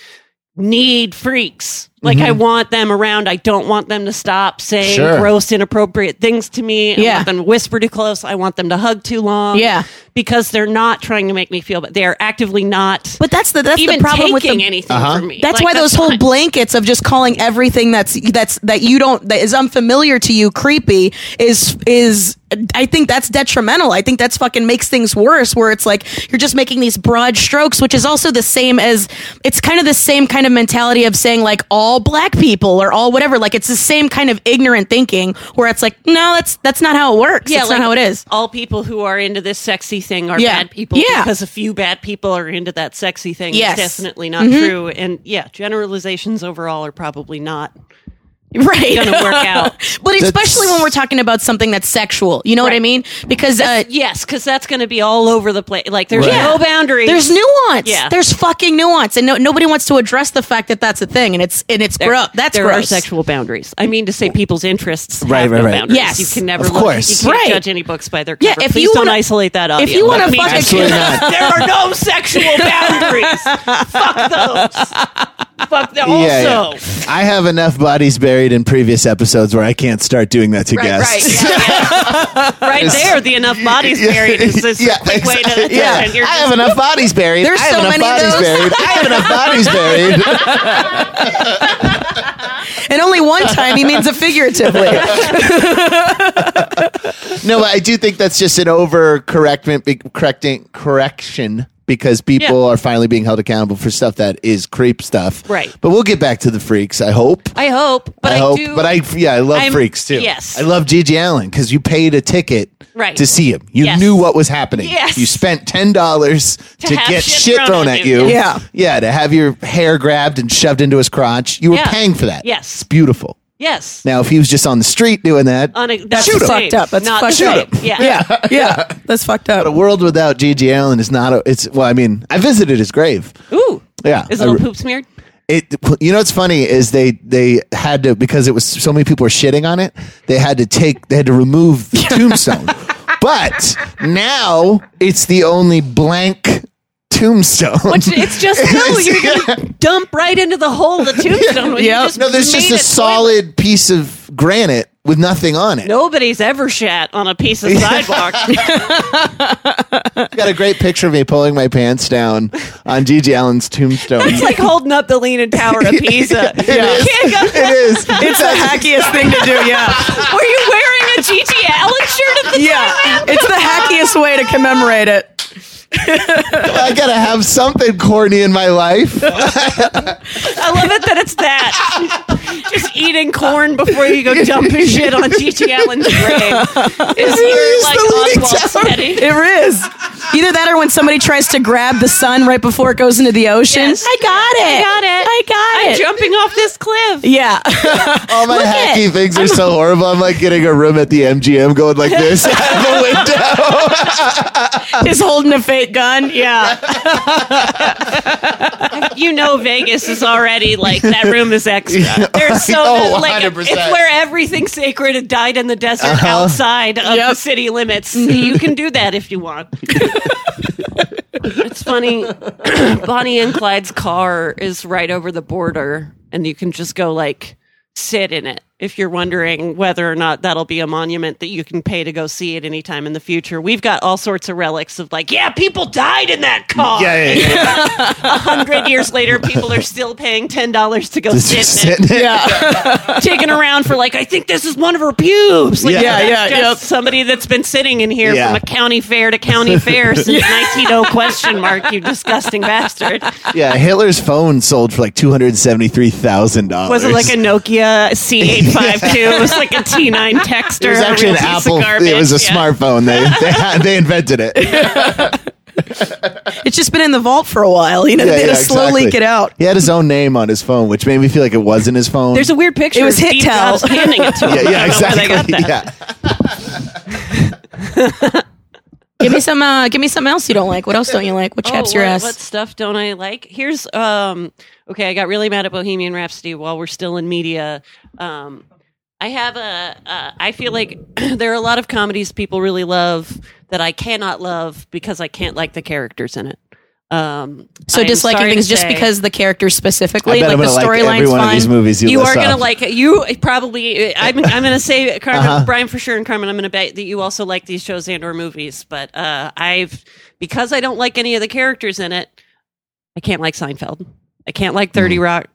need freaks. Like Mm-hmm. I want them around. I don't want them to stop saying Sure. gross, inappropriate things to me. I Yeah. want them to whisper too close. I want them to hug too long. Yeah. Because they're not trying to make me feel, but they are actively not but that's the that's even the problem taking with the, anything Uh-huh. from me. That's Like, why those whole not- blankets of just calling everything that's that's that you don't that is unfamiliar to you creepy is is I think that's detrimental. I think that's fucking makes things worse where it's like you're just making these broad strokes which is also the same as it's kind of the same kind of mentality of saying like all black people or all whatever like it's the same kind of ignorant thinking where it's like no that's that's not how it works. Yeah, that's not how it is. All people who are into this sexy thing are Yeah. bad people Yeah. because a few bad people are into that sexy thing. It's Yes. Mm-hmm. definitely not true. And yeah, generalizations overall are probably not Right. going to work out. But especially when we're talking about something that's sexual, you know what I Right. mean? Because uh, Yes, because that's going to be all over the place. Like there's Right. no boundaries. There's nuance. Yeah. There's fucking nuance, and no, nobody wants to address the fact that that's a thing, and it's and it's There- gross. That's there are gross. sexual boundaries. I mean to say people's interests. Right, have right, no right. Boundaries. Yes. you can never. Of look- course. you can't Right. judge any books by their cover. Yeah, if Please you don't wanna- isolate that audio. if you wanna That means- fucking- Absolutely not. there are no sexual boundaries. Fuck those. Fuck the also. Yeah, yeah. I have enough bodies buried in previous episodes where I can't start doing that to Right, right, guests. yeah, yeah. right there. The enough bodies buried is just a quick way to exactly. Yeah. and you're I just- have enough bodies buried. There's I have so enough many of bodies those. buried. I have enough bodies buried. And only one time he means it figuratively. No, but I do think that's just an overcorrectment, be- correcting correction because people Yeah. are finally being held accountable for stuff that is creep stuff. Right. But we'll get back to the freaks. I hope. I hope, but I, hope. do. but I yeah, I love I'm- freaks too. yes. I love Gigi Allen because you paid a ticket Right. to see him. You Yes. knew what was happening. Yes. You spent ten dollars to, have get shit shit thrown thrown at at you. you. Yeah. Yeah. To have your hair grabbed and shoved into his crotch. You were Yeah. paying for that. Yes. It's beautiful. yes. Now, if he was just on the street doing that, On a, That's not the fucked same. up. That's not fucked the up. same. Yeah. yeah, yeah, that's fucked a up. world without Gigi Allen is not a. It's well, I mean, I visited his grave. Ooh. Yeah, Is I it all re- poop smeared? It, you know, what's funny is they they had to because it was so many people were shitting on it. They had to take they had to remove the tombstone, but now it's the only blank tombstone. Which it's just no, you're gonna dump right into the hole of the tombstone. when you Yeah. no, there's just made a it solid piece of granite with nothing on it. toilet. Nobody's ever shat on a piece of sidewalk. Got a great picture of me pulling my pants down on Gigi Allen's tombstone. it's like holding up the Leaning Tower of Pisa. You can't go. It is. It's the hackiest thing to do. Yeah, Were you wearing a GT Allen shirt at the yeah. It's the hackiest way to commemorate it. I gotta have something corny in my life. I love it that it's that. just eating corn before you go dumping shit on GT Allen's grave. Is is the your Leaning like Oswald Tower. Teddy? It is either that or when somebody tries to grab the sun right before it goes into the ocean. Yes. I got it. I got it. I got I'm it. jumping off this cliff. yeah. All my at- hacky things are so horrible. I'm like getting a room at the MGM going like this out the window. Just holding a fake gun. Yeah. you know Vegas is already like that room is extra. Yeah. There's so Oh, much- like 100%. it's where everything's sacred and died in the desert Uh-huh. outside of the Yep. Mm-hmm. city limits. You can do that if you want. it's funny. Bonnie and Clyde's car is right over the border, and you can just go like sit in it. if you're wondering whether or not that'll be a monument that you can pay to go see at any time in the future, we've got all sorts of relics of like, yeah, people died in that car. Yeah, yeah, yeah. A hundred years later, people are still paying ten dollars to go sit, Just in it, sitting there. taken around for like, I think this is one of her pubes. Like, Yeah. Yeah, that's yeah, just Somebody that's been sitting in here Yeah. from a county fair to county fair since 190 question mark. You disgusting bastard. Yeah, Hitler's phone sold for like two hundred seventy-three thousand dollars. Was it like a Nokia C852? It was like a T9 texter. It was a actually an real piece of Apple. garbage. It was a Yeah. smartphone. They, they had- they invented it. Yeah, It's just been in the vault for a while. You know, they had yeah, to slow exactly. leak it out. He had his own name on his phone, which made me feel like it wasn't his phone. There's a weird picture. It was of Steve Hitel. Jobs handing it to him. yeah, yeah, I don't know where exactly. they got that. Yeah. Give me some. Uh, give me something else you don't like. What else don't you like? What chaps Oh, your what, ass? What stuff don't I like? Here's um okay, I got really mad at Bohemian Rhapsody while we're still in media. Um I have a uh, I feel like there are a lot of comedies people really love that I cannot love because I can't like the characters in it. Um so I'm disliking sorry to things just say- because the characters specifically, I bet like I'm the gonna like every storyline's one of fine. these movies you, you list are gonna off. like you probably I'm I'm gonna say Carmen Brian for sure and Carmen I'm gonna bet that you also like these shows and or movies but uh, I've because I don't like any of the characters in it I can't like Seinfeld I can't like Thirty Rock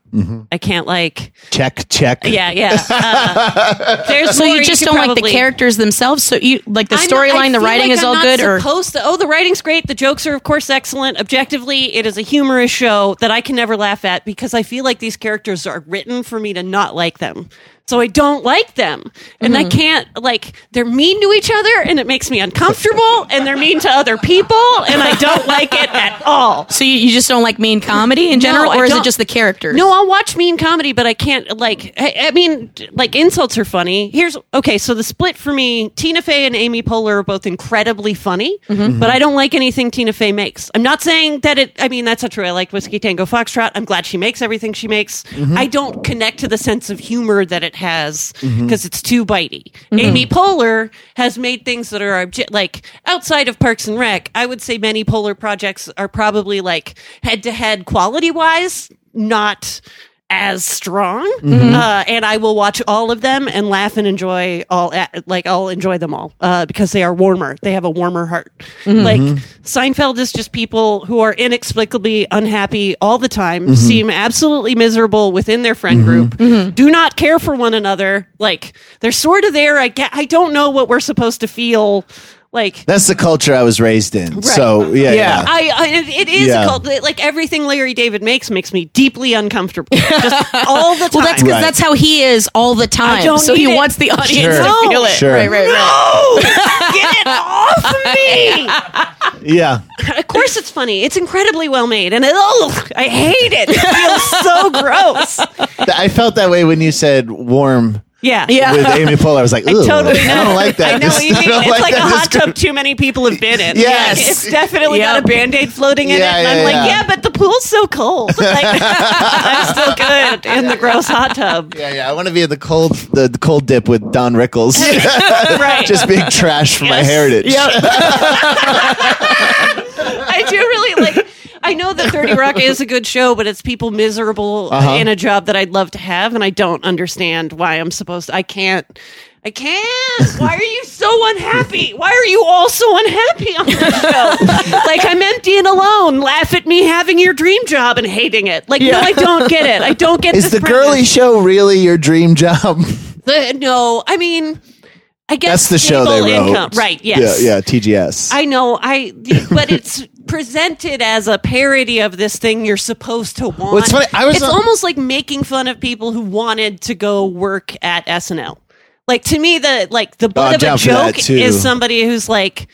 I can't like check check. yeah yeah uh, there's so more you just could don't like the probably- characters themselves. So you like the I'm not- I storyline, the feel writing like is I'm all not good, or supposed to- oh, the writing's great. The jokes are, of course, excellent. Objectively, it is a humorous show that I can never laugh at because I feel like these characters are written for me to not like them. So I don't like them, and Mm-hmm. I can't like they're mean to each other, and it makes me uncomfortable, and they're mean to other people, and I don't like it at all. so you, you just don't like mean comedy in general, I or is it don't- just the characters? No, I'll watch mean comedy, but I can't like. I, I mean, like insults are funny. Here's okay. So the split for me, Tina Fey and Amy Poehler are both incredibly funny, but I don't like anything Tina Fey makes. I'm not saying that it. I mean, that's not true. I like Whiskey Tango Foxtrot. I'm glad she makes everything she makes. I don't connect to the sense of humor that it has because it's too bitey. Amy Poehler has made things that are obje- like outside of Parks and Rec. I would say many Poehler projects are probably like head to head quality wise not as strong uh, and i will watch all of them and laugh and enjoy all uh, like i'll enjoy them all uh, because they are warmer they have a warmer heart like seinfeld is just people who are inexplicably unhappy all the time seem absolutely miserable within their friend group do not care for one another like they're sort of there i get i don't know what we're supposed to feel like That's the culture I was raised in. So yeah, yeah. I, I it- it is Yeah. a cult. Like everything Larry David makes makes me deeply uncomfortable. Just all the time. well, that's because Right. that's how he is all the time. don't so he need it. wants the audience Sure. to feel it. Sure. Right, right, right. no, get it off me. yeah. Of course, it's funny. It's incredibly well made, and it, oh, I hate it. It feels so gross. Th- I felt that way when you said warm Yeah, with Amy Poehler. I was like, Ooh, I, Totally. don't like that. I know what you I mean. don't It's like, a that hot description. tub too many people have been in. Yes. Like, it's definitely got Yep. a band aid floating in Yeah, it. And I'm yeah, like, yeah. yeah. but the pool's so cold. Like, I'm still good in the gross hot tub. Yeah, yeah. I want to be in the cold, the, the cold dip with Don Rickles, Right. just being trash for my Yes. heritage. I do really like. I know that Thirty Rock is a good show, but it's people miserable Uh-huh. in a job that I'd love to have, and I don't understand why I'm supposed. To, I can't. I can't. Why are you so unhappy? Why are you all so unhappy on this show? like I'm empty and alone. Laugh at me having your dream job and hating it. Like no, I don't get it. I don't get. Is this the premise. girly show really your dream job? The- no, I mean, I guess That's the show they stable wrote, income. Right? Yes. Yeah, yeah. TGS. I know, I but it's presented as a parody of this thing you're supposed to want. it's funny, I was uh, It's on- almost like making fun of people who wanted to go work at SNL. Like to me, the like the I'm butt of down a for Oh, that, joke too. is somebody who's like,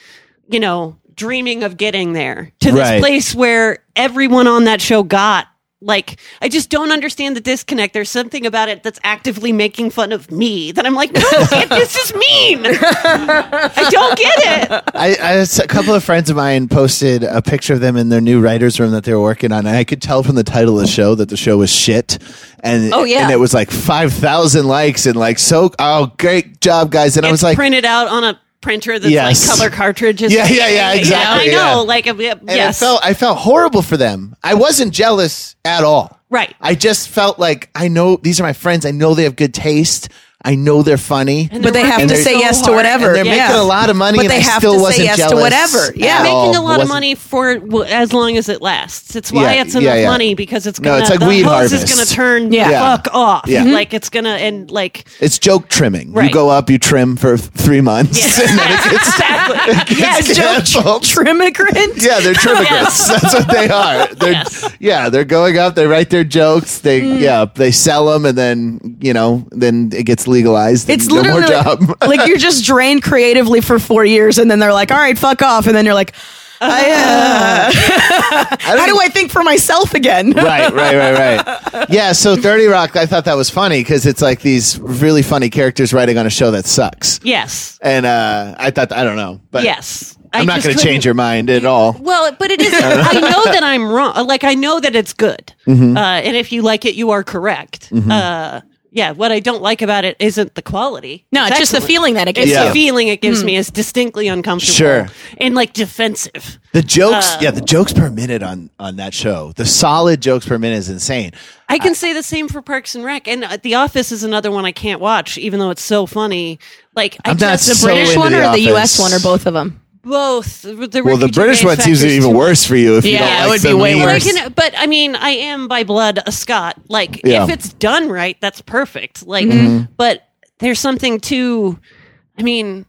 you know, dreaming of getting there to this Right. place where everyone on that show got. Like, I just don't understand the disconnect. There's something about it that's actively making fun of me that I'm like, no, it- this is mean. I don't get it. I, I a couple of friends of mine posted a picture of them in their new writers' room that they were working on, and I could tell from the title of the show that the show was shit. And Oh, yeah. and it was like five thousand likes and like so. Oh, great job, guys! And I was it's like, printed out on a printer that's Yes. like color cartridges. Yeah, yeah, yeah, exactly, I know. yeah. Like, uh, yeah, and yes, I felt I felt horrible for them. I wasn't jealous at all. Right. I just felt like I know these are my friends. I know they have good taste. I know they're funny, And But they're they have working to so say yes to hard. whatever. and they're yeah. making a lot of money. But and they I have still to say wasn't yes to jealous whatever. Yeah. at They're all. making a lot of Wasn't- money for well, as long as it lasts. It's why Yeah, it's enough yeah, yeah. money because it's No, gonna, it's like the weed hose harvest. is going to turn Yeah. the Yeah. fuck off. Yeah. Mhm. Like it's gonna and like It's joke trimming. You Right. go up, you trim for th- three months. and then it gets- exactly. Yeah, It's Joe canceled. Trimmigrant. Yeah, they're trimmigrants. That's what they are. They're, Yeah, they're going up. They write their jokes. They Mm. yeah, they sell them, and then you know, then it gets legalized. and It's no more literally job. like you're just drained creatively for four years, and then they're like, "All right, fuck off," and then you're like, I, uh, "How do I think for myself again?" e- right, right, right, right. Yeah, so 30 Rock, I thought that was funny because it's like these really funny characters writing on a show that sucks. yes. And uh, I thought, I don't know. But Yes. I I'm not just going to couldn't- change your mind at all. Well, but it is. I know that I'm wrong. Like I know that it's good, Mm-hmm. uh, and if you like it, you are correct. Uh, yeah. What I don't like about it isn't the quality. No, it's just the excellent. feeling that it It's gives Yeah. the feeling it gives me is distinctly uncomfortable. Sure. And like defensive. The jokes, Uh. yeah, the jokes per minute on, on that show, the solid jokes per minute is insane. I can say the same for Parks and Rec, and uh, The Office is another one I can't watch, even though it's so funny. Like I I'm not just, so British into one the or the U.S. Office. one or both of them. both. The Well, the British one seems even worse for you if you Yeah, don't it like would the be way mean- worse. But I can- but I mean, I am by blood a Scot. Like, Yeah. Mm-hmm. if it's done right, that's perfect. Like, but there's something to, I mean,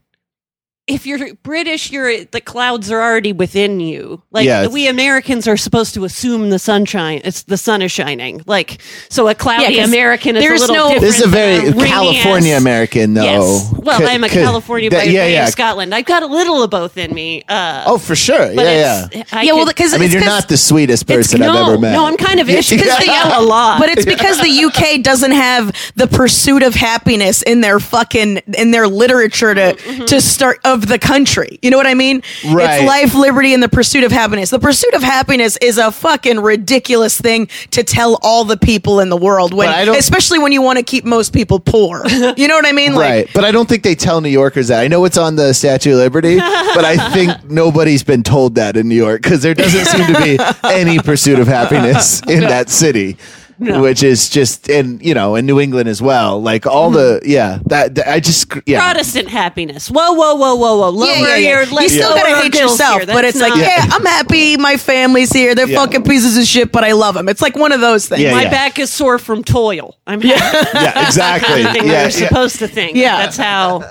if you're British, you're the clouds are already within you. Like, Yeah, it's- we Americans are supposed to assume the sunshine. It's the sun is shining. Like, so a cloudy Yeah, 'cause American is there's a little no- different. This is a very than rainy California ass- American, though. Yes. Well, C- I'm a c- California that- by way of Scotland. I've got a little of both in me. Uh, Oh, for sure. but yeah, yeah. it's, I yeah, well, could- because I mean, you're not the sweetest person no, I've ever met. No, I'm kind of itchy because they yell a lot. But it's because the UK doesn't have the pursuit of happiness in their fucking in their literature to to start of the country. You know what I mean? Mm-hmm. Right. It's life, liberty, and the pursuit of happiness. The pursuit of happiness is a fucking ridiculous thing to tell all the people in the world when But I don't- especially when you want to keep most people poor. You know what I mean? right. But I don't think they tell New Yorkers that. I know it's on the Statue of Liberty, but I think nobody's been told that in New York because there doesn't seem to be any pursuit of happiness in that city. Which is just in you know in New England as well, like Hmm. all the yeah that, that- I just yeah Protestant happiness. Whoa, whoa, whoa, whoa, whoa. Lower Yeah, yeah, yeah. your You still lower gotta our hate goals yourself, here. but That's it's like, not- yeah, I'm happy. My family's here. They're Yeah. fucking pieces of shit, but I love them. It's like one of those things. Yeah, my yeah. back is sore from toil. I'm happy. yeah exactly Thing we yeah, we're yeah. supposed to think. Yeah. that's how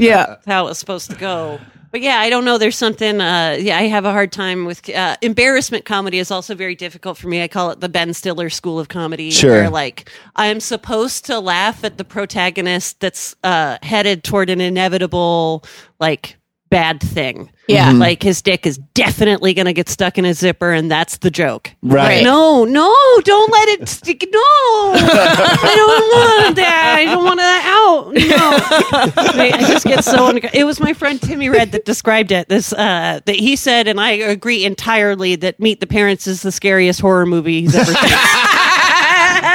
yeah. how it's supposed to go. But yeah, I don't know. There's something. Uh, yeah, I have a hard time with uh, embarrassment. Comedy is also very difficult for me. I call it the Ben Stiller school of comedy. Sure. Where like I'm supposed to laugh at the protagonist that's uh, headed toward an inevitable like bad thing. Yeah. Mhm. Like his dick is definitely going to get stuck in his zipper, and that's the joke. right No, no, don't let it stick. No, I don't want that. I don't want that out. No, I, I just get so. Unc- it was my friend Timmy Red that described it. This uh, that he said, and I agree entirely that Meet the Parents is the scariest horror movie he's ever seen.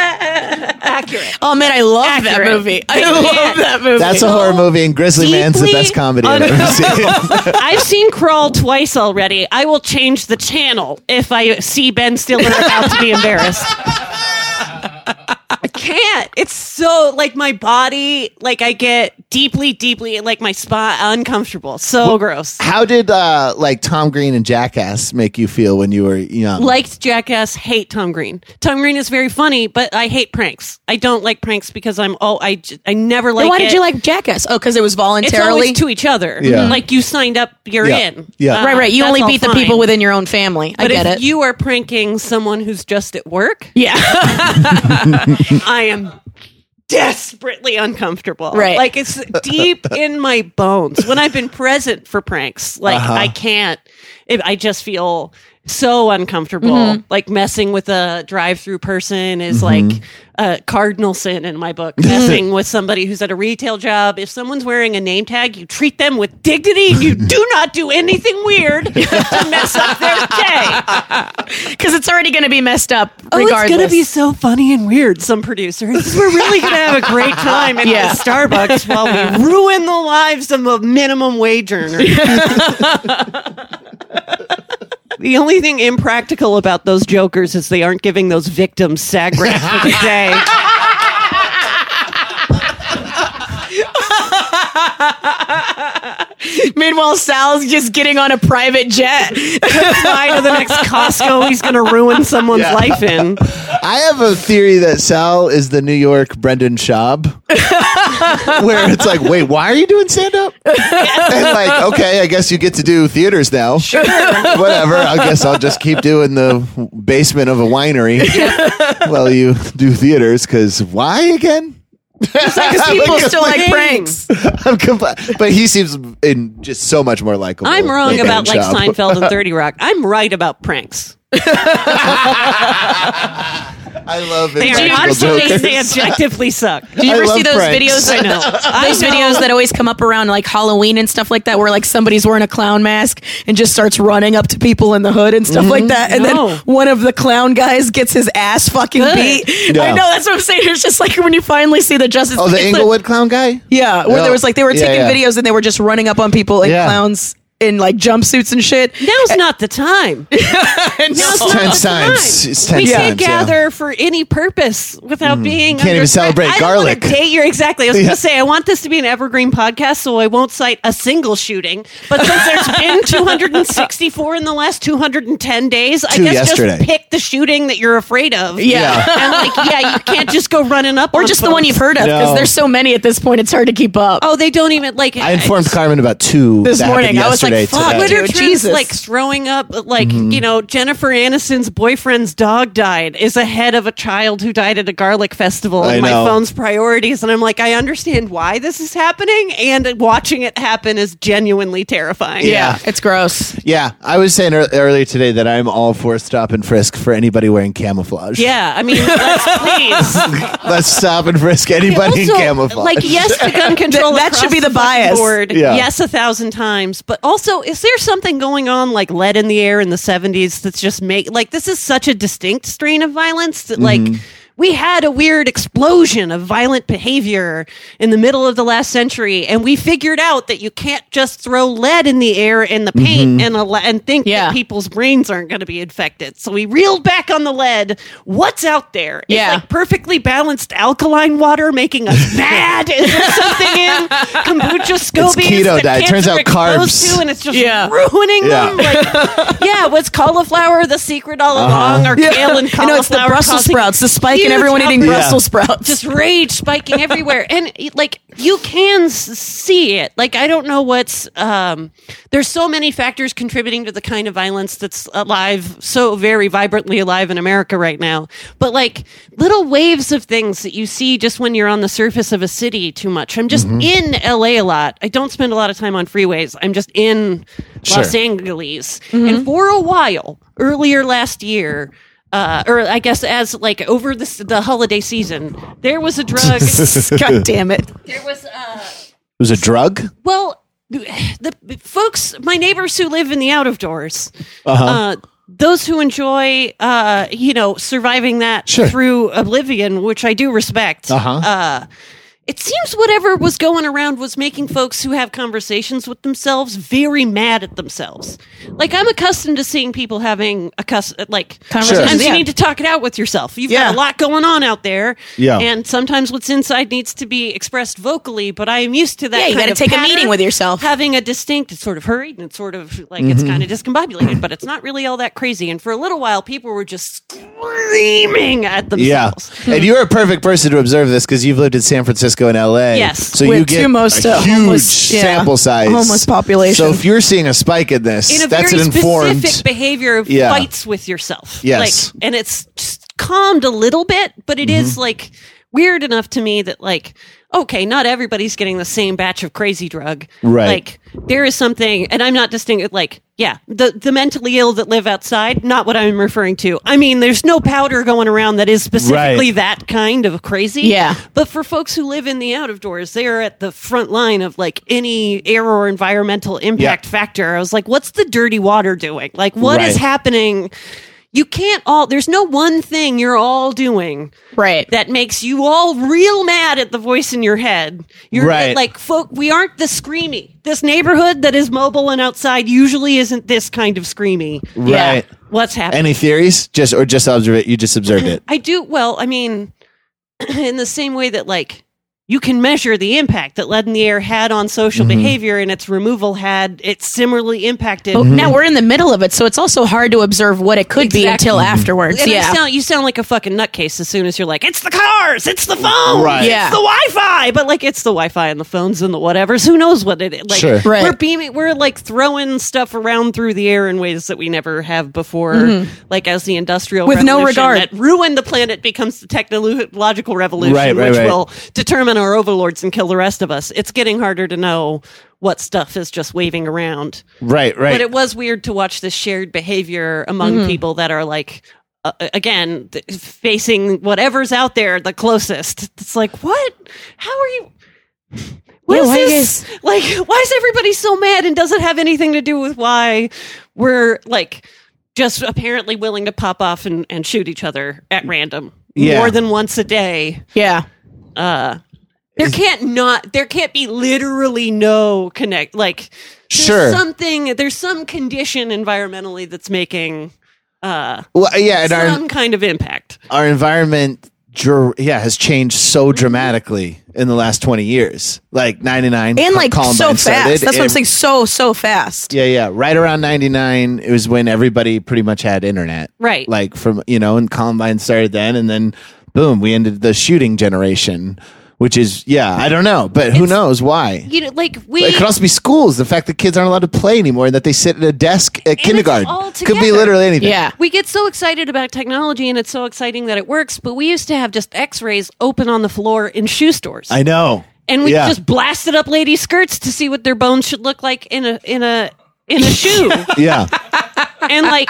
Accurate. Oh man, I love Accurate. that movie. I love that movie. that's a horror movie and Grizzly Man's the Deeply best comedy I've ever seen I've seen Crawl twice already. I will change the channel if I see Ben Stiller about to be embarrassed. I can't. It's so like my body, like I get deeply, deeply like my spot uncomfortable. So gross. how did uh like Tom Green and Jackass make you feel when you were young Liked Jackass, hate Tom Green. Tom Green is very funny, but I hate pranks. I don't like pranks because I'm oh I, j- I never like. Why did you like Jackass? Oh, because it was It's voluntarily. always to each other. Yeah. Like you signed up, you're Yeah. in. Yeah. right, right. You that's only all beat the fine. people within your own family. I But get if it. you are pranking someone who's just at work, yeah, I am desperately uncomfortable. Right. Like it's deep in my bones. When I've been present for pranks, like Uh-huh. I can't, it, I just feel so uncomfortable. Mm-hmm. Like messing with a drive through person is like a cardinal sin in my book. messing with somebody who's at a retail job. If someone's wearing a name tag, you treat them with dignity. You do not do anything weird to mess up their day. because it's already going to be messed up Oh, regardless. it's gonna be so funny and weird. Some producers, we're really gonna have a great time at Yeah. the Starbucks while we ruin the lives of a minimum wage earner. the only thing impractical about those jokers is they aren't giving those victims SAG rates for the day. Meanwhile, Sal's just getting on a private jet. Fly to the next Costco. He's going to ruin someone's life in. I have a theory that Sal is the New York Brendan Schaub, where it's like, wait, why are you doing stand up? And like, okay, I guess you get to do theaters now. Sure. Whatever. I guess I'll just keep doing the basement of a winery while you do theaters, because why again? Because people Like a still like plane. pranks. I'm compl- but he seems in just so much more likable. I'm wrong than about like Schaub. Seinfeld and 30 Rock. I'm right about pranks. I love They are impractical not jokers. jokers. They objectively suck. Do you I ever love see those pranks. videos? I That, know. I Those videos that always come up around like Halloween and stuff like that, where like somebody's wearing a clown mask and just starts running up to people in the hood and stuff like that, and Mm-hmm. No. then one of the clown guys gets his ass fucking Good. beat. Yeah. I know that's what I'm saying. It's just like when you finally see the Justice. Oh, the it's like- Inglewood clown guy? Yeah, where Yeah. there was like they were Yeah, taking yeah. videos and they were just running up on people like Yeah. clowns in like jumpsuits and shit. Now's not the time. Now's It's not tense the time. times. It's tense we times. can't yeah. Mm. gather for any purpose without being. Can't even under- celebrate I don't wanna garlic. date your exactly. I was Yeah. going to say I want this to be an evergreen podcast, so I won't cite a single shooting. But since there's been 264 in the last 210 days, I Two guess yesterday. just pick the shooting that you're afraid of. Yeah. and like yeah, you can't just go running up Or on just the one folks. you've heard of, because No. there's so many at this point, it's hard to keep up. Oh, they don't even like. I informed Carmen about two This that happened morning. I was like, yesterday fuck, today. what Twitter Dude, trends Jesus. like throwing up, like Mm-hmm. you know, Jennifer Aniston's boyfriend's dog died is ahead of a child who died at a garlic festival. I and my know. phone's priorities, and I'm like, I understand why this is happening, and watching it happen is genuinely terrifying. Yeah. it's gross. Yeah, I was saying ear- earlier today that I'm all for stop and frisk for anybody wearing camouflage. yeah. I mean, let's please. let's stop and frisk anybody in Also, camouflage. Like yes to gun control. That- that should across be the fucking bias. Board. Yeah. Yes, a thousand times. But also, is there something going on like lead in the air in the seventies that's just make like this is such a distinct strain of violence that like. Mm-hmm. We had a weird explosion of violent behavior in the middle of the last century, and we figured out that you can't just throw lead in the air and the paint Mm-hmm. and a and think Yeah. that people's brains aren't going to be infected. So we reeled back on the lead. What's out there? It's Yeah. like perfectly balanced alkaline water making us mad. Is there something in kombucha scobies? keto that diet. Turns kids are out exposed carbs. To, and it's just Yeah. ruining Yeah. them. Like, yeah, was cauliflower the secret all along? Or kale Uh-huh. and You cauliflower? know, it's the Brussels causing sprouts, the spike, and huge everyone eating outbreaks? Brussels sprouts. Just rage spiking everywhere, and like you can s- see it. Like I don't know what's. Um, there's so many factors contributing to the kind of violence that's alive, so very vibrantly alive in America right now. But like little waves of things that you see just when you're on the surface of a city too much. I'm just in LA a lot. I don't spend a lot of time on freeways. I'm just in Los Angeles, and for a while earlier last year uh, or I guess as like over this, the holiday season, there was a drug. God damn it. there was uh, it was a drug. well, the folks, my neighbors who live in the out of doors, Uh-huh. uh, those who enjoy, uh, you know, surviving that Sure. through oblivion, which I do respect. Uh-huh. uh, it seems whatever was going around was making folks who have conversations with themselves very mad at themselves. Like I'm accustomed to seeing people having a cuss like Conversations, Sometimes yeah. you need to talk it out with yourself. You've Yeah. got a lot going on out there, Yeah. And sometimes what's inside needs to be expressed vocally. But I am used to that. Yeah, you kind gotta of take a pattern, meeting with yourself. Mm-hmm. Having a distinct, it's sort of hurried and it's sort of like it's kind of discombobulated, but it's not really all that crazy. And for a little while, people were just screaming at Yeah, themselves. and you're a perfect person to observe this because you've lived in San Francisco and L.A. Yes. so With you get two most, a uh, huge homeless- yeah, sample size, homeless population. So if you're seeing a spike in this, In a that's very an informed. specific behavior of Yeah. fights with yourself. Yes. Mm-hmm. Like, and it's just calmed a little bit, but it is like weird enough to me that like, okay, not everybody's getting the same batch of crazy drug. Right. Like there is something, and I'm not distinct. Like, yeah, the the mentally ill that live outside, not what I'm referring to. I mean, there's no powder going around that is specifically Right. that kind of crazy. Yeah. But for folks who live in the out of doors, they are at the front line of like any air or environmental impact Yeah. factor. I was like, what's the dirty water doing? Like, what is Right. happening? You can't all, there's no one thing you're all doing Right. that makes you all real mad at the voice in your head. You're Right. like, folk, we aren't the screamy. This neighborhood that is mobile and outside usually isn't this kind of screamy. Right. Yeah. What's happening? Any theories? Just or just observe it. You just observed it. I do. Well, I mean, in the same way that like you can measure the impact that lead in the air had on social behavior and its removal had it similarly impacted. But now we're in the middle of it, so it's also hard to observe what it could be Exactly. until afterwards. And yeah. you, sound, you sound like a fucking nutcase as soon as you're like, it's the cars, it's the phone, Right. it's Yeah. the Wi-Fi. But like, it's the Wi-Fi and the phones and the whatevers. Who knows what it is? Like, Sure. Right. we're beaming, we're like throwing stuff around through the air in ways that we never have before. Like as the industrial With no revolution regard. that ruined the planet becomes the technological revolution, Right, right, which right. will determine our overlords and kill the rest of us. It's getting harder to know what stuff is just waving around Right, right. but it was weird to watch this shared behavior among Mm-hmm. people that are like uh, again th- facing whatever's out there the closest it's like what how are you What Yeah, is why you this like why is everybody so mad and does it have anything to do with why we're like just apparently willing to pop off and, and shoot each other at random Yeah. more than once a day yeah. uh there can't not there can't be literally no connect like there's Sure. something there's some condition environmentally that's making uh well, yeah, and our, some kind of impact our environment dr- yeah has changed so dramatically in the last 20 years like And 99 Col- like so Columbine fast. started, That's what I'm and- saying. So, so fast. yeah yeah right around 99 it was when everybody pretty much had internet Right. like from you know and columbine started then and then boom we ended the shooting generation which is yeah i don't know but who knows why you know like we it could also be schools the fact that kids aren't allowed to play anymore and that they sit at a desk at kindergarten all could be together. literally anything Yeah. we get so excited about technology and it's so exciting that it works but we used to have just x-rays open on the floor in shoe stores i know and we Yeah. just blasted up ladies skirts to see what their bones should look like in a in a in a shoe yeah and like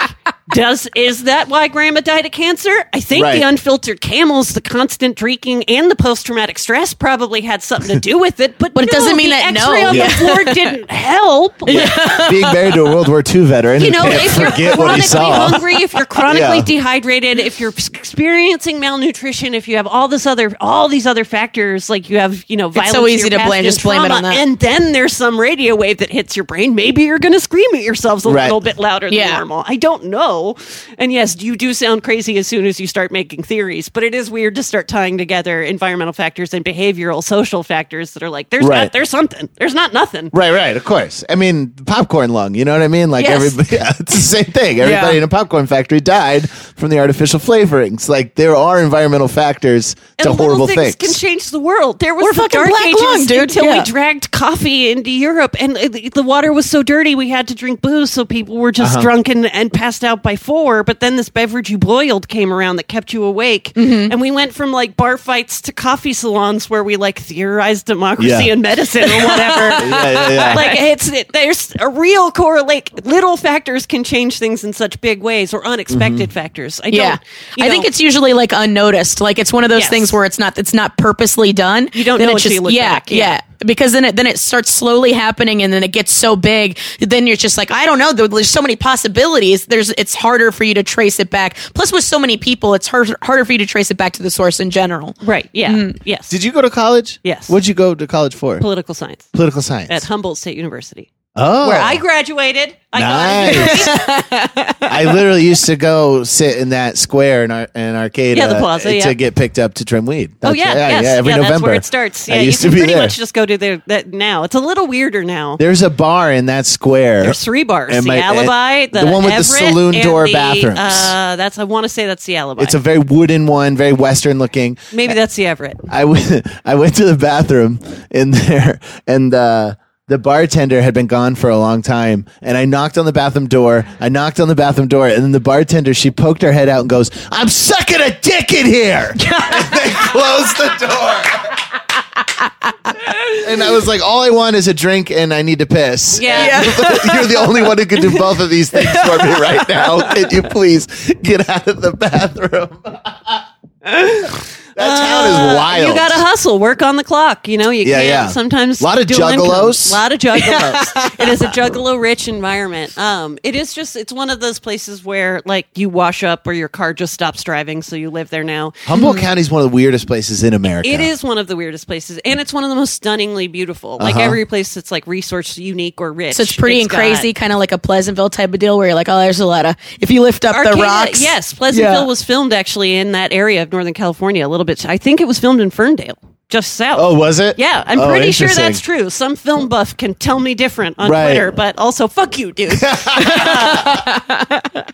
does is that why grandma died of cancer i think Right. the unfiltered camels the constant drinking and the post-traumatic stress probably had something to do with it but, But it no, doesn't mean the that no. x-ray on Yeah. the floor didn't help being married to a world war ii veteran you who know can't if you're forget what he chronically saw hungry if you're chronically Yeah. dehydrated if you're experiencing malnutrition if you have all this other all these other factors like you have you know violence so your easy to past blame- and just blame it trauma, on that. and then there's some radio wave that hits your brain maybe you're going to scream at yourselves a Right. little bit louder than Yeah. normal i don't know and yes you do sound crazy as soon as you start making theories but it is weird to start tying together environmental factors and behavioral social factors that are like there's Right. not, there's something there's not nothing Right, right, of course. I mean, popcorn lung, you know what I mean? Like Yes. everybody yeah, it's the same thing. Everybody in a popcorn factory died from the artificial flavorings. Like there are environmental factors and to little horrible things, things. can change the world. There was We're the fucking dark Black ages Lung, dude. until Yeah. we dragged coffee into Europe, and uh, the the water was so dirty we had to drink booze, so people were just Uh-huh. drunk and, and passed out by four. But then this beverage you boiled came around that kept you awake, Mm-hmm. and we went from like bar fights to coffee salons where we like theorized democracy Yeah. and medicine or whatever. yeah, yeah, yeah. Like it's it, there's a real core. Like little factors can change things in such big ways, or unexpected factors. I Mm-hmm. Yeah. don't. you I think know, it's usually like unnoticed. Like it's one of those Yes. things where it's not it's not purposely done. You don't Then know it's until you look yeah, back. yeah. Yeah. Because then it then it starts slowly happening and then it gets so big, then you're just like, I don't know, there's so many possibilities. There's it's harder for you to trace it back. Plus with so many people, it's hard, harder for you to trace it back to the source in general. right. Yeah. Mm. Yes. Did you go to college? Yes. What'd you go to college for? political science? Political science. at Humboldt State University, oh. where I graduated. I got a degree. Nice. I literally used to go sit in that square in our in arcade Yeah, the uh, plaza, to yeah. get picked up to trim weed. Oh That's- yeah, yes. yeah, every yeah, November. that's where it starts. Yeah, I used you can to be pretty there. much just go to there that now. It's a little weirder now. There's a bar in that square. There's three bars: And the my- and Alibi, the, eh, the one with the Everett, saloon and door the, bathrooms. Uh, that's I want to say that's the Alibi. It's a very wooden one, very western looking. maybe that's the Everett. I went, I went to the bathroom in there, and uh, the bartender had been gone for a long time. And I knocked on the bathroom door. I knocked on the bathroom door, and then the bartender she poked her head out and goes, "I'm sucking a dick in here." and they closed the door. and I was like, "All I want is a drink, and I need to piss." Yeah. You're the only one who can do both of these things for me right now. Can you please get out of the bathroom? that town is wild. Uh, You gotta hustle, work on the clock. You know, you Yeah, can't yeah. sometimes Lot of dual income. juggalos. lot of juggalos. it is a juggalo rich environment. Um, it is just it's one of those places where like you wash up or your car just stops driving, so you live there now. Humboldt County is one of the weirdest places in America. It is one of the weirdest places, and it's one of the most stunningly beautiful. Like Uh-huh. every place that's like resource unique or rich. So it's pretty and got- crazy, kind of like a Pleasantville type of deal where you're like, oh, there's a lot of if you lift up the Arcadia- rocks, Yes, Pleasantville Yeah. was filmed actually in that area of Northern California a little bit. I think it was filmed in Ferndale. just south. Oh, was it? Yeah, I'm Oh, pretty sure that's interesting. true. Some film buff can tell me different on Right. Twitter, but also fuck you, dude.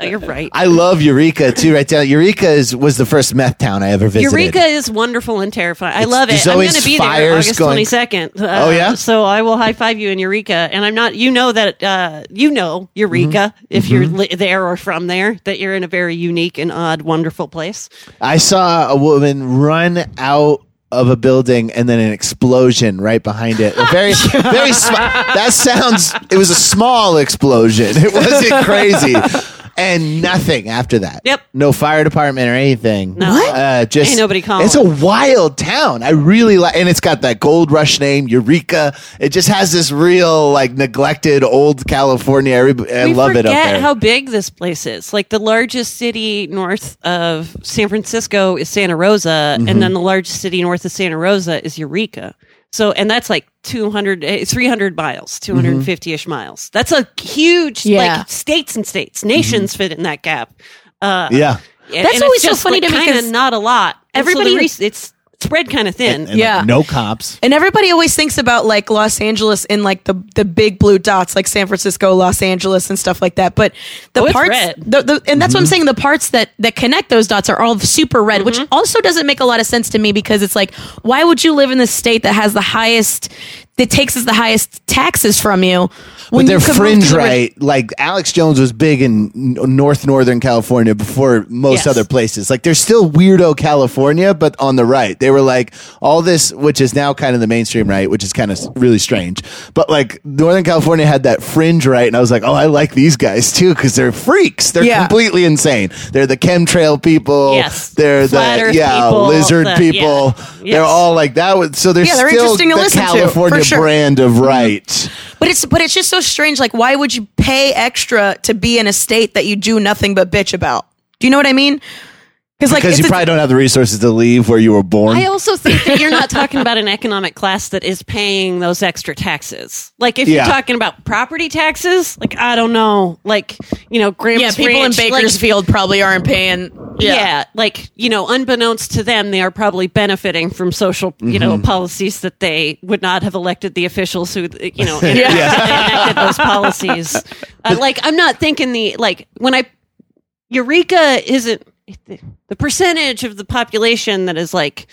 You're right. I love Eureka too. Right down Eureka is, was the first meth town I ever visited. Eureka is wonderful and terrifying. I It's- love it. there's I'm going always to be there fires August going- 22nd. Uh, Oh, yeah? So I will high five you in Eureka, and I'm not. You know that. Uh, you know Eureka Mm-hmm. if you're li- there or from there that you're in a very unique and odd, wonderful place. I saw a woman run out of a building and then an explosion right behind it. A very, very. Sm- that sounds. It was a small explosion. It wasn't crazy, and nothing after that. Yep. No fire department or anything. No. What? Uh, just Ain't nobody calling. It's a wild town. I really like, and it's got that gold rush name, Eureka. It just has this real like neglected old California. Everybody, I we love it forget up there. how big this place is. Like the largest city north of San Francisco is Santa Rosa, Mm-hmm. and then the largest city north of Santa Rosa is Eureka. So, and that's like 200, eh, 300 Mm-hmm. miles, 250 ish miles. That's a huge, Yeah. like states and states, nations fit in that gap. Uh, Mm-hmm. yeah. That's always so funny to me Kind 'cause of not a lot. Everybody, everybody- it's spread kind of thin. And, like, Yeah. no cops. And everybody always thinks about like Los Angeles in like the the big blue dots, like San Francisco, Los Angeles, and stuff like that. But the Oh, it's parts, red. The, the, and that's what I'm Mm-hmm. saying. The parts that that connect those dots are all super red, which Mm-hmm. also doesn't make a lot of sense to me because it's like, why would you live in this state that has the highest, that takes us the highest taxes from you? But When they're you could move to fringe, the ri- right? Like Alex Jones was big in n- North Northern California before most Yes. other places. Like they're still weirdo California, but on the right, they were like all this, which is now kind of the mainstream right, which is kind of s- really strange. But like Northern California had that fringe right, and I was like, oh, I like these guys too because they're freaks. They're Yeah. completely insane. They're the chemtrail people. Yes. They're Flat the Earth yeah people, lizard the- people. yeah. They're Yes. all like that. was- So they're, Yeah, they're still interesting to the listen to, for California sure. brand of right. but it's but it's just so strange. Like, why would you pay extra to be in a state that you do nothing but bitch about? Do you know what I mean? Because like, because you it's a- probably don't have the resources to leave where you were born. I also think that you're not talking about an economic class that is paying those extra taxes. Like if Yeah. you're talking about property taxes, like I don't know, like you know, Gramps Yeah, people Ranch, in like, Bakersfield probably aren't paying. yeah. like you know, unbeknownst to them, they are probably benefiting from social, you know, policies that they would not have elected the officials who, you know, enacted, enacted those policies. Uh, like I'm not thinking the like when I Eureka isn't the percentage of the population that is like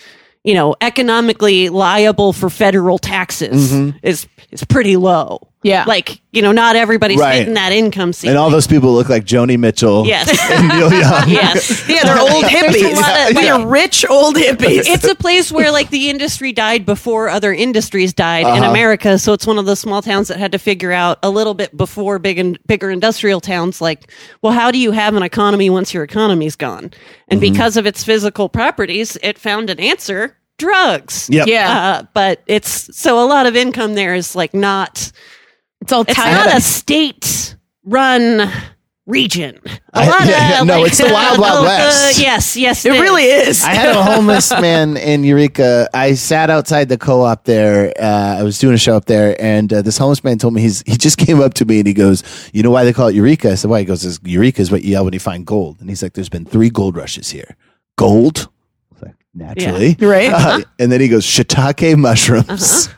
you know economically liable for federal taxes is is pretty low. Yeah. like you know, not everybody's Right. hitting that income ceiling. and all those people look like Joni Mitchell. yes, And Neil Young. yes, yeah, they're old There's a lot hippies. of, We like- are rich old hippies. it's a place where like the industry died before other industries died in Uh-huh. America. So it's one of those small towns that had to figure out a little bit before big and bigger industrial towns. Like, well, how do you have an economy once your economy's gone? And Mm-hmm. because of its physical properties, it found an answer: drugs. Yep. yeah. Uh, but it's so a lot of income there is like not. It's all It's tied not up. a state-run region. A I- lot of, yeah, no, it's the Wild Wild uh, West. yes, yes, it really is. I had a homeless man in Eureka. I sat outside the co-op there. Uh, I was doing a show up there, and uh, this homeless man told me he's he just came up to me and he goes, "You know why they call it Eureka?" I said, "Why?" He goes, "This "Eureka is what you yell when you find gold." And he's like, "There's been three gold rushes here. Gold." I was like, Naturally, Right. Uh, and then he goes shiitake mushrooms,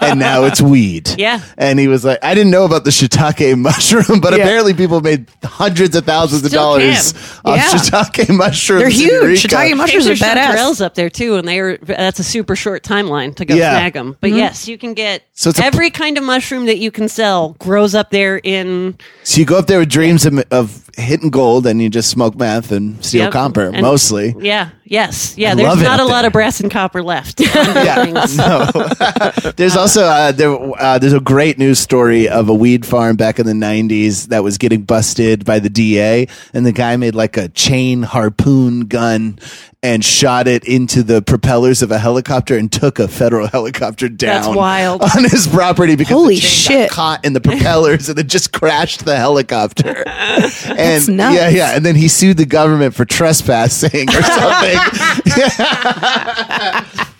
and now it's weed. Yeah. and he was like, I didn't know about the shiitake mushroom, but Yeah. apparently people made hundreds of thousands of Still dollars can. off Yeah. shiitake mushrooms. They're in huge. Eureka. Shiitake mushrooms are There's some badass. trails up there too, and they are. That's a super short timeline to go Yeah. snag them. Mm-hmm. But yes, you can get So it's a- every kind of mushroom that you can sell grows up there in So you go up there with dreams of, of hitting gold, and you just smoke meth and steal Yep. copper, And- mostly. Yeah, yes, yeah. I there's love it not a up lot there. of brass and copper left. yeah. No. there's also uh, there, uh, there's a great news story of a weed farm back in the 90s that was getting busted by the DA and the guy made like a chain harpoon gun and shot it into the propellers of a helicopter and took a federal helicopter down That's wild. on his property because Holy the chain shit. got caught in the propellers and it just crashed the helicopter. And nuts. yeah, yeah, and then he sued the government for trespassing or something.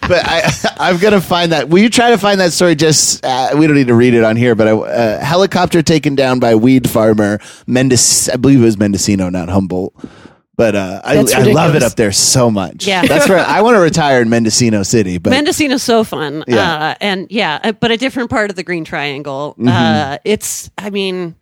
but I, I'm gonna find that. Will you try to find that story? Just uh, we don't need to read it on here, but I, uh, helicopter taken down by weed farmer Mendes. I believe it was Mendocino, not Humboldt. But uh, I, That's I love it ridiculous. up there so much. Yeah. that's where I want to retire in Mendocino City. But Mendocino's so fun. Yeah. Uh, and yeah, uh, but a different part of the Green Triangle. Mm-hmm. Uh, it's, I mean,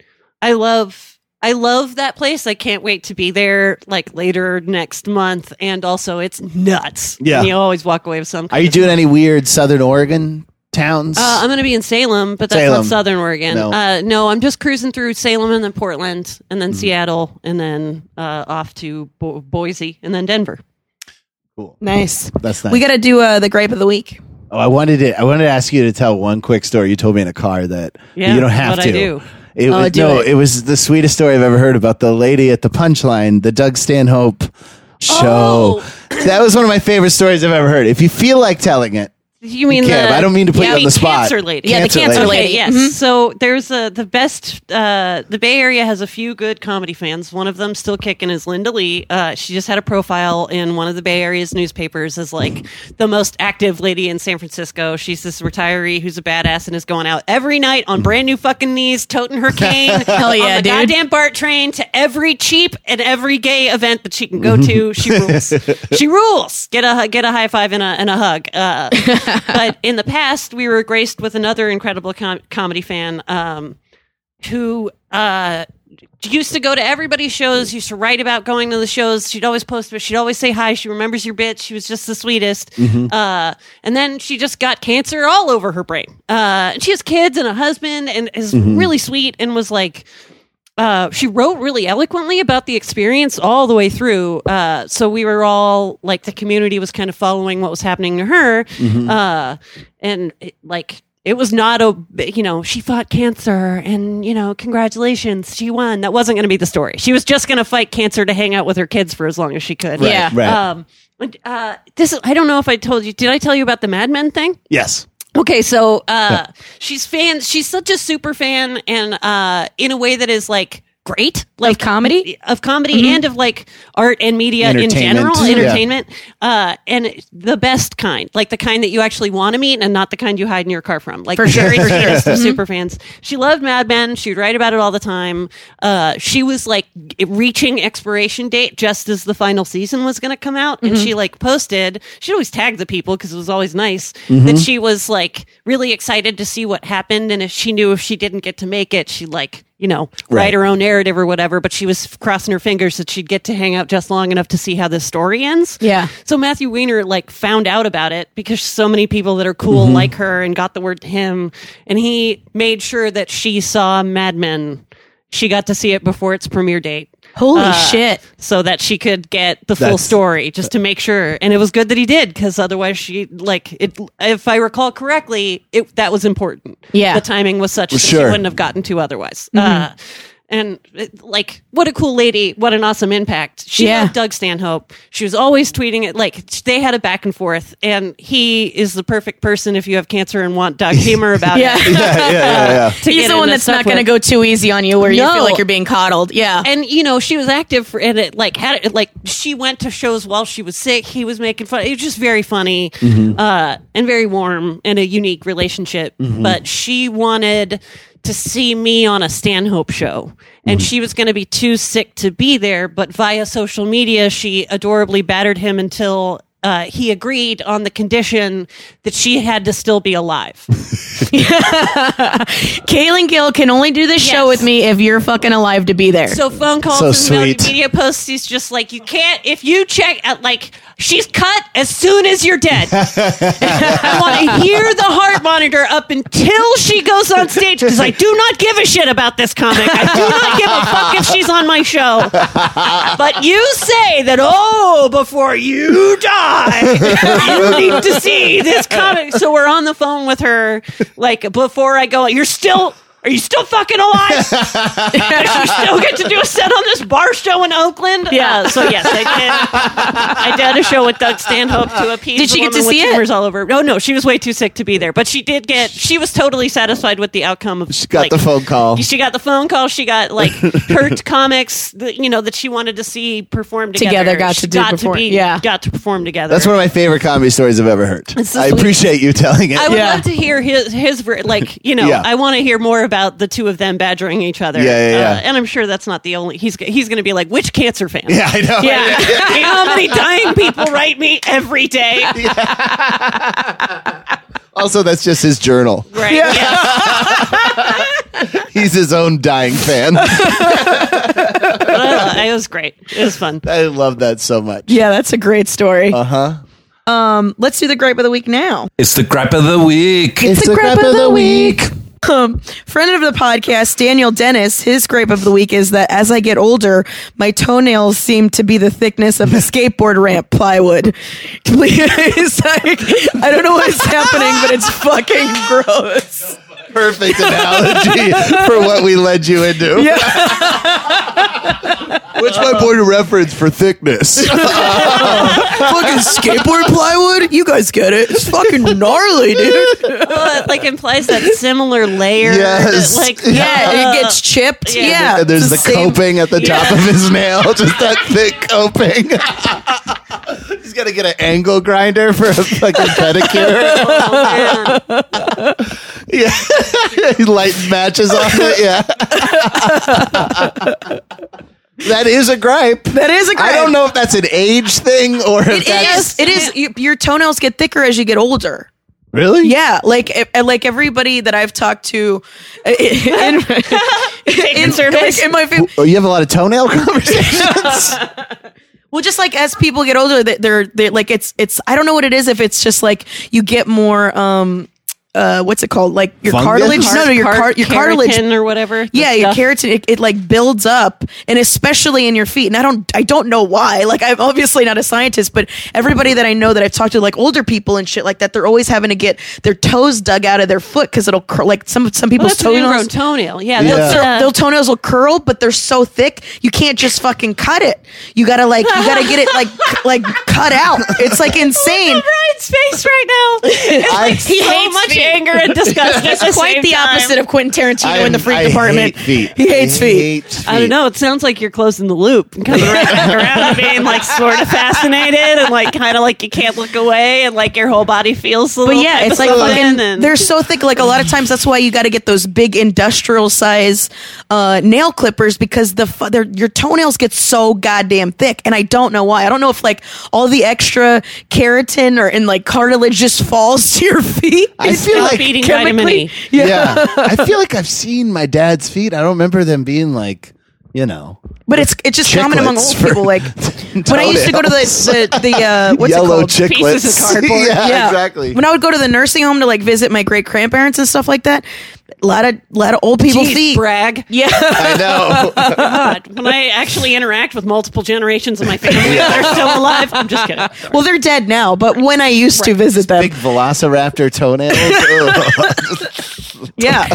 I love, I love that place. I can't wait to be there like later next month. And also, it's nuts. Yeah. And you always walk away with something. are you doing any weird Southern Oregon towns? Uh, I'm going to be in Salem, but that's Salem. not Southern Oregon. No. Uh, no, I'm just cruising through Salem and then Portland and Mm-hmm. then Seattle and then uh, off to Bo- Boise and then Denver. cool. Nice. That's nice. We got to do uh, the gripe of the week. Oh, I wanted to. I wanted to ask you to tell one quick story you told me in a car that Yeah, you don't have but to. I do. It was, do no, it. it. was the sweetest story I've ever heard about the lady at the punchline, the Doug Stanhope show. Oh. That was one of my favorite stories I've ever heard. If you feel like telling it, You mean Kim, the, I don't mean to put yeah, you on the spot. Cancer lady. Yeah, the Cancer cancer lady. Okay, yes. So there's a, the best, uh, the Bay Area has a few good comedy fans. One of them still kicking is Linda Lee. Uh, she just had a profile in one of the Bay Area's newspapers as like the most active lady in San Francisco. She's this retiree who's a badass and is going out every night on brand new fucking knees, toting her cane. Hell yeah, on the dude. goddamn BART train to every cheap and every gay event that she can go to. She rules. she rules. Get a get a high five and a and a hug. Uh, but in the past, we were graced with another incredible com- comedy fan um, who uh, used to go to everybody's shows. Used to write about going to the shows. She'd always post, but she'd always say hi. She remembers your bit. She was just the sweetest. Uh, and then she just got cancer all over her brain. Uh, and she has kids and a husband, and is really sweet. And was like uh, she wrote really eloquently about the experience all the way through. Uh, so we were all like the community was kind of following what was happening to her, uh, and it, like it was not a you know she fought cancer and you know congratulations she won. That wasn't going to be the story. She was just going to fight cancer to hang out with her kids for as long as she could. Yeah. right? Um. and, Uh. This is- I don't know if I told you. Did I tell you about the Mad Men thing? yes. Okay, so uh, she's fan. She's such a super fan, and uh, in a way that is like great, like comedy? of comedy, and of like art and media in Entertainment. general, Yeah. entertainment, uh, and the best kind, like the kind that you actually want to meet, and not the kind you hide in your car from. Like for sure, super fans. She loved Mad Men. She'd write about it all the time. Uh, she was like g- reaching expiration date just as the final season was going to come out, and she like posted. She'd always tag the people because it was always nice that she was like really excited to see what happened, and if she knew if she didn't get to make it, she like you know Right. write her own narrative or whatever. But she was crossing her fingers that she'd get to hang out just long enough to see how this story ends. Yeah. So Matthew Weiner like found out about it because so many people that are cool like her and got the word to him, and he made sure that she saw Mad Men. She got to see it before its premiere date. Holy Uh, shit. So that she could get the full That's- story, just to make sure. And it was good that he did, because otherwise she like it. If I recall correctly, it that was important. Yeah. Mm-hmm. the timing was such that Sure. she wouldn't have gotten to otherwise. Uh, and it, like, what a cool lady! What an awesome impact. She Yeah. loved Doug Stanhope. She was always tweeting it. Like they had a back and forth, and he is the perfect person if you have cancer and want Doug humor about Yeah. it. Yeah, yeah, yeah. to He's get the into one that's stuff not going to with. go too easy on you where you feel No. like you're being coddled. Yeah. And you know, she was active for, and it like had it like she went to shows while she was sick. He was making fun. It was just very funny uh, and very warm and a unique relationship. But she wanted to see me on a Stanhope show, and she was going to be too sick to be there. But via social media, she adorably battered him until. Uh, he agreed on the condition that she had to still be alive. Kaylin Gill can only do this show Yes. with me if you're fucking alive to be there. So phone calls So and sweet. Melody media posts. He's just like, you can't if you check at like she's cut as soon as you're dead. I want to hear the heart monitor up until she goes on stage because I do not give a shit about this comic. I do not give a fuck if she's on my show. But you say that oh, before you die, you need to see this comic. So we're on the phone with her. Like before I go, you're still. Are you still fucking alive? you still get to do a set on this bar show in Oakland. Yeah. Uh, so yes, I did. I did a show with Doug Stanhope to appease. Did she the get to woman with see it? tumors all over. No, no, she was way too sick to be there, but she did get. She was totally satisfied with the outcome of. She got like, the phone call. She got the phone call. She got like hurt comics. That, you know that she wanted to see perform together. Together got She to do perform- yeah. got to perform together. That's one of my favorite comedy stories I've ever heard. It's the I sweet- appreciate you telling it. I would Yeah. love to hear his his ver- like you know Yeah. I want to hear more about the two of them badgering each other. Yeah, yeah, yeah. Uh, and I'm sure that's not the only. He's g- he's going to be like, which cancer fan? Yeah, I know. Yeah. How many dying people write me every day? Also, that's just his journal. Right. Yeah. He's his own dying fan. Uh, it was great. It was fun. I love that so much. Yeah, that's a great story. Uh huh. Um, let's do the gripe of the week now. It's the gripe of the week. It's the grip of the week. Um, friend of the podcast, Daniel Dennis, his gripe of the week is that as I get older, my toenails seem to be the thickness of a skateboard ramp plywood. it's like, I don't know what's happening, but it's fucking gross. Perfect analogy for what we led you into. What's my point of reference for thickness? fucking skateboard plywood? You guys get it. It's fucking gnarly, dude. Well, it, like implies that similar layer. Yes. that, like Yeah, and it gets chipped. Yeah. Yeah. and there's the, it's same- coping at the top of his nail, just that thick coping. He's got to get an angle grinder for a fucking pedicure. Uh, Yeah. Yeah, he lights matches on it. Yeah, that is a gripe. That is a gripe. I don't know if that's an age thing or if It that's is. It is. Your, your toenails get thicker as you get older. really Yeah, like e- like everybody that I've talked to uh, in, in, like, in my fam- Oh, you have a lot of toenail conversations. well, just like as people get older, that they're they like it's it's I don't know what it is if it's just like you get more um uh what's it called like your Fungus? cartilage no no your car- your cartilage Keratin or whatever. the yeah your stuff. keratin it, it like builds up and especially in your feet and i don't i don't know why like i'm obviously not a scientist but everybody that i know that i've talked to like older people and shit like that they're always having to get their toes dug out of their foot because it'll cur- like some some Well, people's Oh, that's an ingrown toenails toenail. Yeah. Yeah. That's, their, uh, their toenails will curl, but they're so thick you can't just fucking cut it. You gotta like you gotta get it like c- like cut out. It's like insane. Brian's face right now. It's like He so hates much feet. anger and disgust. He's Quite the opposite of Quentin Tarantino in the freak department. Hate feet. He hates I feet. hate feet. I don't know. It sounds like you're closing the loop and coming right back around and being like sort of fascinated and like kind of like you can't look away and like your whole body feels a little. But yeah, bit it's like something fucking. and- They're so thick. Like a lot of times, that's why you got to get those big industrial size uh, nail clippers because the fu- their- your toenails get so goddamn thick. And I don't know why. I don't know if like all the extra keratin or and like cartilage just falls to your feet. I feel It's like feeding vitamin chemically. E. yeah. I feel like I've seen my dad's feet. I don't remember them being like you know But it's it's just common among Chiclets old for people. Like when I used to go to the the, the uh, what's it yellow called? chiclets. Pieces of cardboard. yeah, Yeah. exactly. When I would go to the nursing home to like visit my great grandparents and stuff like that, a lot of lot of old people Jeez, feet. brag. yeah. I know. God, when I actually interact with multiple generations of my family, that they're still alive. I'm just kidding. Well, they're dead now, but when I used to visit them, Big velociraptor toenails. Ugh. yeah.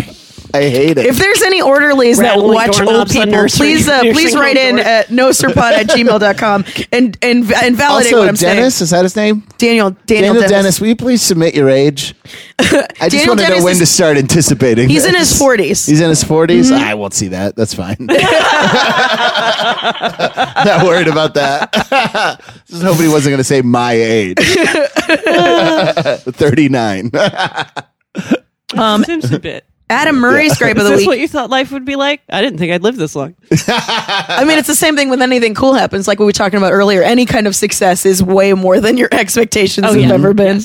I hate it. If there's any orderlies Rattling that watch old doorknobs on people, nursery- please uh, nursing please home write in doors. at nosurpod at gmail.com and, and, and validate also, what I'm Dennis saying. is that his name? Daniel, Daniel, Daniel, Dennis. Dennis. will you please submit your age? I just Daniel want to know Dennis when is- to start anticipating. He's in this. his Mm-hmm. 40s. He's in his 40s. I won't see that. That's fine. Not worried about that. Just hoping he wasn't going to say my age. 39. Simpson bit. Adam Murray's gripe of the Is this week. what you thought life would be like? I didn't think I'd live this long. I mean, it's the same thing when anything cool happens, like we were talking about earlier. Any kind of success is way more than your expectations have Oh, yeah. ever been.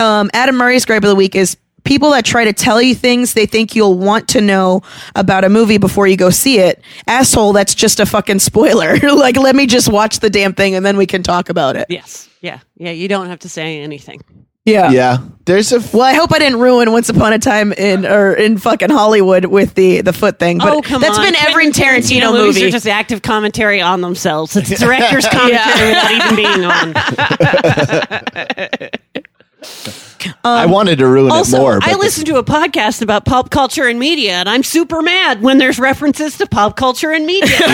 Um, Adam Murray's gripe of the week is people that try to tell you things they think you'll want to know about a movie before you go see it. Asshole, that's just a fucking spoiler. like, let me just watch the damn thing and then we can talk about it. Yes. Yeah. Yeah. You don't have to say anything. Yeah. yeah. There's a. F- Well, I hope I didn't ruin Once Upon a Time in or in fucking Hollywood with the the foot thing. But oh come that's on! been every Quentin Tarantino, movies movie. are just active commentary on themselves. It's director's commentary without even being on. I Um, wanted to ruin Also, it more. I but listen to a podcast about pop culture and media, and I'm super mad when there's references to pop culture and media. like,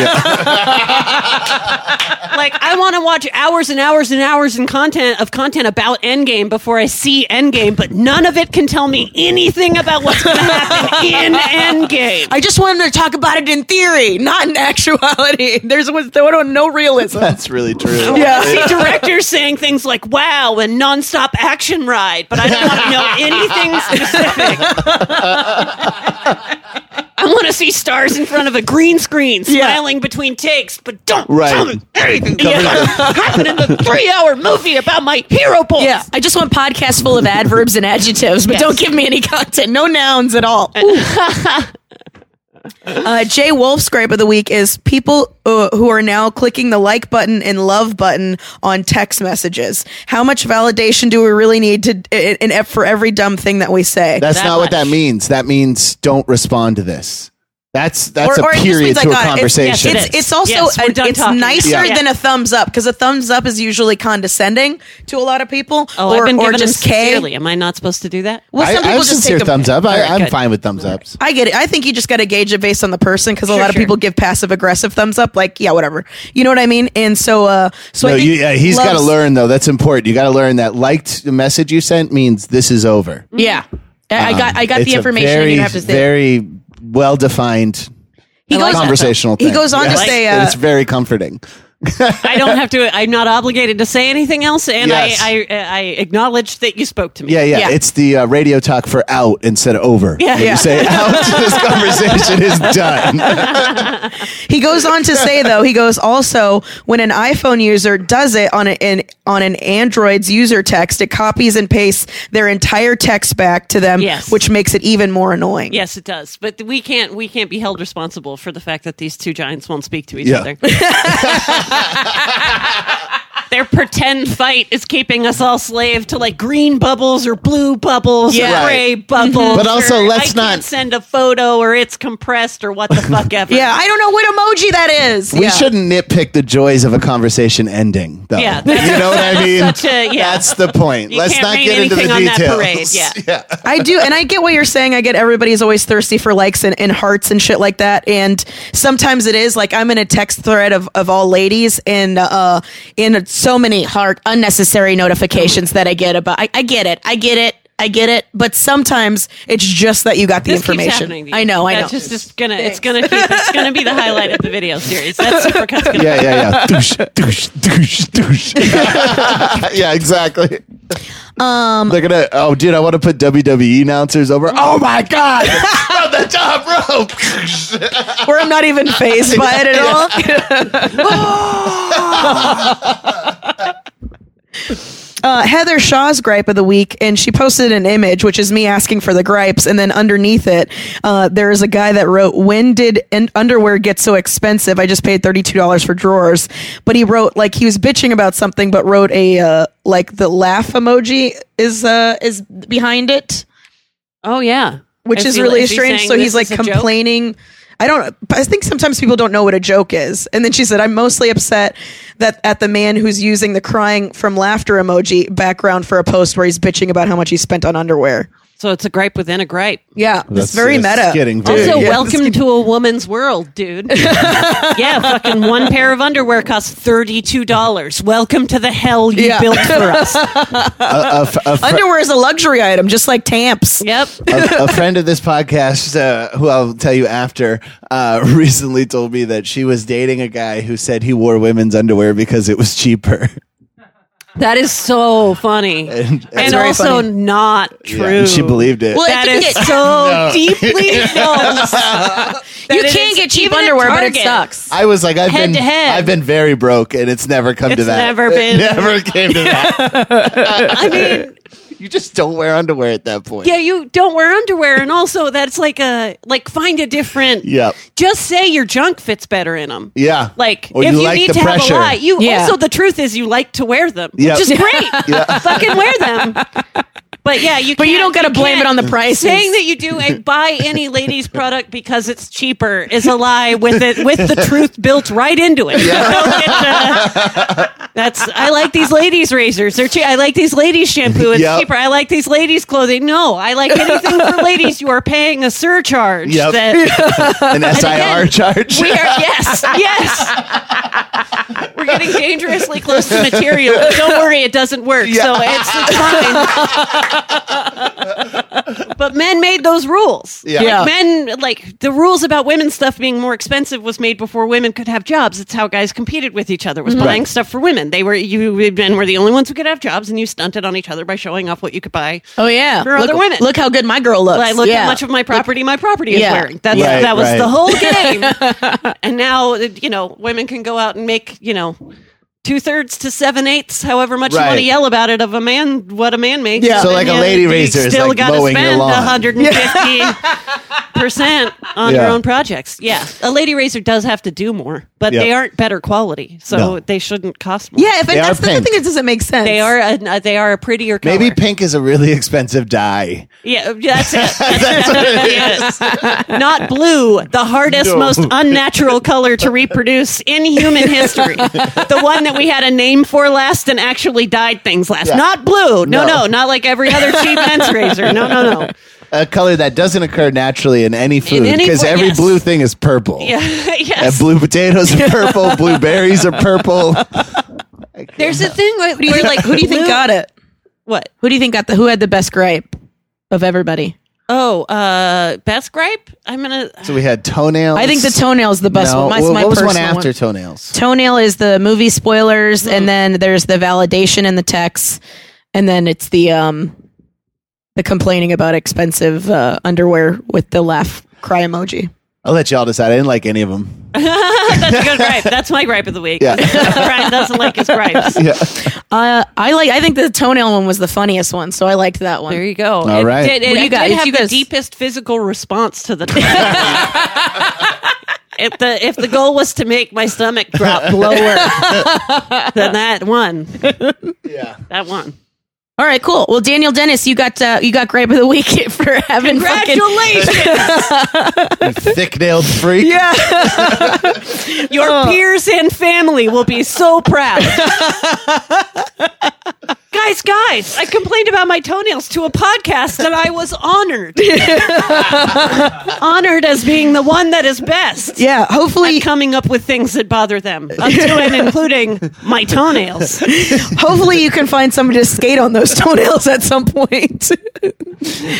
I want to watch hours and hours and hours in content of content about Endgame before I see Endgame, but none of it can tell me anything about what's going to happen in Endgame. I just wanted to talk about it in theory, not in actuality. There's was there was no realism. That's really true. Yeah. see directors saying things like "Wow" and "nonstop action ride," but I don't want to know anything specific. pussy stars in front of a green screen, smiling between takes, but don't Right. tell me anything that's gonna happen in the three-hour movie about my hero boys. Yeah, I just want podcasts full of adverbs and adjectives, but don't give me any content. No nouns at all. Uh, Jay Wolf's gripe of the week is people uh, who are now clicking the like button and love button on text messages. How much validation do we really need to in, in, for every dumb thing that we say? That's That not what that much. means. That means don't respond to this. That's that's Or- or a it just period means, to like, a uh, it's- conversation. yes, it's, it is. it's also Yes, we're an- done it's talking. nicer Yeah. than a thumbs up because a thumbs up is usually condescending to a lot of people. Oh, or, I've been or giving them just K. sincerely. Am I not supposed to do that? Well, some I, I people have just sincere take them- thumbs up. I, All right, I'm good. fine with thumbs ups. I get it. I think you just got to gauge it based on the person because a lot of sure. people give passive aggressive thumbs up, like yeah, whatever. You know what I mean? And so, uh, so No, I think you, yeah, he's loves- got to learn though. That's important. You got to learn that liked message you sent means this is over. Um, Yeah, I, I got I got It's the a information. Very, and you don't have to say. very well defined. he goes conversational. He thing. goes on to Yes. say, And uh, it's very comforting. I don't have to. I'm not obligated to say anything else, and Yes. I, I I acknowledge that you spoke to me. Yeah, yeah. Yeah. It's the uh, radio talk for out instead of over. Yeah. When Yeah. You say out, this conversation is done. He goes on to say though, he goes also when an iPhone user does it on an in, on an Android's user text, it copies and pastes their entire text back to them, Yes. which makes it even more annoying. Yes, it does. But we can't we can't be held responsible for the fact that these two giants won't speak to each Yeah. other. Their pretend fight is keeping us all slave to like green bubbles or blue bubbles Yeah. or gray Mm-hmm. bubbles. But also, or let's I can't not- send a photo or it's compressed or what the fuck ever. Yeah, I don't know what emoji that is. We yeah. shouldn't nitpick the joys of a conversation ending, though. Yeah, that's- you know what I mean. such a- uh, yeah. That's the point. You Let's can't not read get into the anything on that details. parade, yeah. I do, and I get what you're saying. I get everybody's always thirsty for likes and, and hearts and shit like that. And sometimes it is like I'm in a text thread of, of all ladies, and uh, in so many Hard unnecessary notifications that I get about. I, I get it. I get it. I get it. But sometimes It's just that you got the This keeps information. happening to you. I know, I know. That's just, just gonna it's gonna keep, it's gonna be the highlight of the video series. That's Supercut's gonna Yeah, yeah, yeah. douche, douche, douche, douche. yeah, exactly. Um, They're gonna. Oh, dude, I want to put WWE announcers over. Oh my god, from the top rope. where I'm not even phased by it at all. Uh, Heather Shaw's gripe of the week, and she posted an image, which is me asking for the gripes, and then underneath it, uh, there is a guy that wrote, "When did en- underwear get so expensive? I just paid thirty two dollars for drawers." But he wrote like he was bitching about something, but wrote a uh, like the laugh emoji is uh, is behind it Oh yeah. which is, he- really he strange. saying So he's this like is a joke? complaining. I don't. I think sometimes people don't know what a joke is. And then she said, "I'm mostly upset that at the man who's using the crying from laughter emoji background for a post where he's bitching about how much he spent on underwear." So it's a gripe within a gripe. Yeah, That's- it's very that's meta. Getting very, Also, yeah. welcome to a woman's world, dude. yeah, fucking one pair of underwear costs thirty-two dollars. Welcome to the hell you Yeah. built for us. a, a, a, fr- Underwear is a luxury item, just like tamps. Yep. a, a friend of this podcast, uh, who I'll tell you after, uh, recently told me that she was dating a guy who said he wore women's underwear because it was cheaper. That is so funny, and, very also funny. not Yeah, true. and she believed it. Well, that I think is it- so deeply false. you can get cheap underwear, but it sucks. I was like, I've Head been, to head. I've been very broke, and it's never come to It's that. never It been- never came to that. I mean, you just don't wear underwear at that point. yeah, you don't wear underwear, and also that's like a like find a different. Yep. Just say your junk fits better in them. Yeah. Like Or if you you, like need the to pressure. have a lie, you Yeah. also the truth is you like to wear them, Yep. which is great. Fucking wear them. But yeah, you. But you don't gotta blame it on the prices. Saying that you do a buy any ladies product because it's cheaper is a lie with it with the truth built right into it. You don't get to- that's I like these ladies razors. They're cheap. I like these ladies shampoo. It's Yep. cheaper. I like these ladies clothing. No, I like anything for ladies. You are paying a surcharge. Yep. That An SIR again, charge. we are yes, yes. We're getting dangerously close to material. Don't worry, it doesn't work. So it's, it's fine. but men made those rules. Yeah. Like, Yeah. Men like the rules about women's stuff being more expensive was made before women could have jobs. It's how guys competed with each other was buying Mm-hmm. Right. stuff for women. They were you men were the only ones who could have jobs, and you stunted on each other by showing off what you could buy. Oh yeah, For look, other women. Look how good my girl looks. Like, look yeah. how much of my property my property is Yeah. wearing. That's Right, that was right. the whole game. and now you know women can go out and make you know. Two thirds to seven eighths, however much you want Right. to yell about it of a man, what a man makes. Yeah. So And like a yet lady you raiser is still like gotta mowing your spend lawn. 150 percent on Yeah. your own projects. Yeah, a lady raiser does have to do more, but Yeah. they aren't better quality, so No. they shouldn't cost more. yeah, if They and that's are the other pink. thing that doesn't make sense. they are a, they are a prettier color. Maybe pink is a really expensive dye. Yeah, that's it. that's what it is. Not blue, the hardest, No. most unnatural color to reproduce in human history. the one that we had a name for last and actually dyed things last. Yeah. Not blue. No, No. no, not like every other cheap men's razor. No, no, no. A color that doesn't occur naturally in any food any because fo- every yes. blue thing is purple. Yeah, And yes. blue potatoes are purple, blueberries are purple. There's a thing where Who do you like? Who do you think Blue- got it? what? Who do you think got the? Who had the best gripe of everybody? Oh, uh, best gripe. I'm gonna. So we had toenails. I think the toenail's the best No, one. My, well, my what was one personal after toenails? Toenail is the movie spoilers, and then there's the validation in the text, and then it's the um the complaining about expensive uh, underwear with the laugh cry emoji. I'll let y'all decide. I didn't like any of them. That's a good gripe. That's my gripe of the week. Yeah. Brian doesn't like his gripes. Yeah. Uh, I like. I think the toenail one was the funniest one, so I liked that one. There you go. All it right. Did, it Well, you did guys- have you the guys- deepest physical response to the. if the if the goal was to make my stomach drop lower than that one, Yeah. that one. All right, cool. Well, Daniel Dennis, you got uh, you got gripe of the week for having fucking. Thick nailed freak. Yeah. Your Oh. peers and family will be so proud. guys, guys, I complained about my toenails to a podcast and I was honored. honored as being the one that is best. Yeah, hopefully, at coming up with things that bother them, up to and including my toenails. hopefully you can find somebody to skate on those toenails at some point.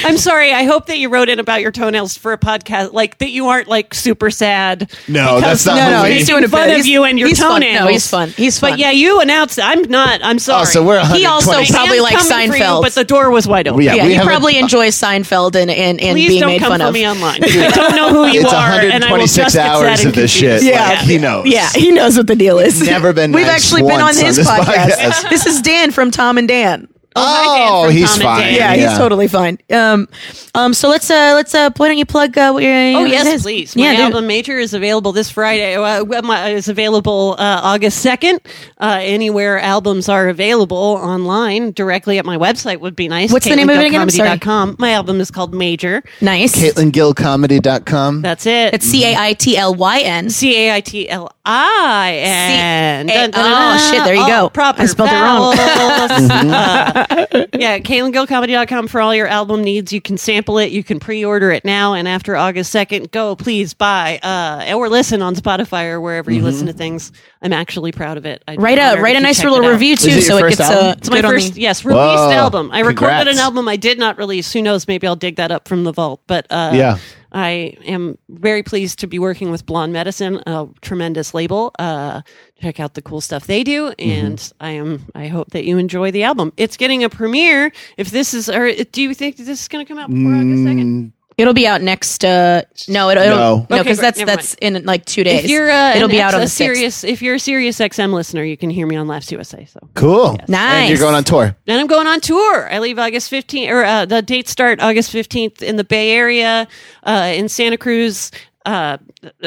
I'm sorry. I hope that you wrote in about your toenails for a podcast, like that you aren't like super sad. No, because that's not No, no, who we- he's he's doing doing it fun bad. of He's- you and your he's fun. toenails. No, he's fun. He's fun. But yeah, you announced. I'm not. I'm sorry. Oh, so we're 120. He also I am probably likes coming for you, Seinfeld. but the door was wide open. Yeah, Yeah, we he haven't- probably enjoys Seinfeld and and, and Please being don't made come fun for of. me online. I don't know who you It's are, E and I will 126 just get sad hours and of this confused. shit. Yeah. Like, he knows. Yeah, he knows what the deal is. Oh, Never been We've nice actually been on once on his this podcast. podcast. this is Dan from Tom and Dan. Dan Oh, from he's Tom and fine. Dan. Yeah, he's totally fine. Um, um. So let's uh, let's uh, why don't you plug uh, what your Oh yes, please. My album Major is available this Friday. Uh, well, my, is available uh, August second. Uh, anywhere albums are available online, directly at my website would be nice. E What's the name of it again? I'm sorry. CaitlinGillComedy.com. My album is called Major. Nice. CaitlinGillComedy.com. That's it. It's C A I T L Y N. C A I T L I N. C- Dun, dun, oh, dun, dun. shit, there you All go. Proper I spelled it wrong. vowels. Uh, yeah, CaitlinGillComedy.com for all your album needs. You can sample it, you can pre order it now, and after August 2nd, go please buy uh, or listen on Spotify or wherever you listen to things. I'm actually proud of it. I Mm-hmm. Write wonder a if write a you nice check little it out. review too, your so it first gets album? uh, It's my good on first, the- yes, released Whoa, album. I recorded congrats. an album I did not release. Who knows? Maybe I'll dig that up from the vault. But uh, Yeah. I am very pleased to be working with Blonde Medicine, a tremendous label. Uh, check out the cool stuff they do, Mm-hmm. and I am. I hope that you enjoy the album. It's getting a premiere. If this is, or do you think this is going to come out before August Mm. second? It'll be out next. Uh, no, it'll, it'll No. no, because Okay, great, that's never that's in like two days. If you're uh, it'll an be ex- out on a the sixth. serious, if you're a serious XM listener, you can hear me on Laughs USA. So Cool. And Nice. you're going on tour. And I'm going on tour. I leave August 15th, or uh, the dates start August 15th in the Bay Area, uh, in Santa Cruz, uh,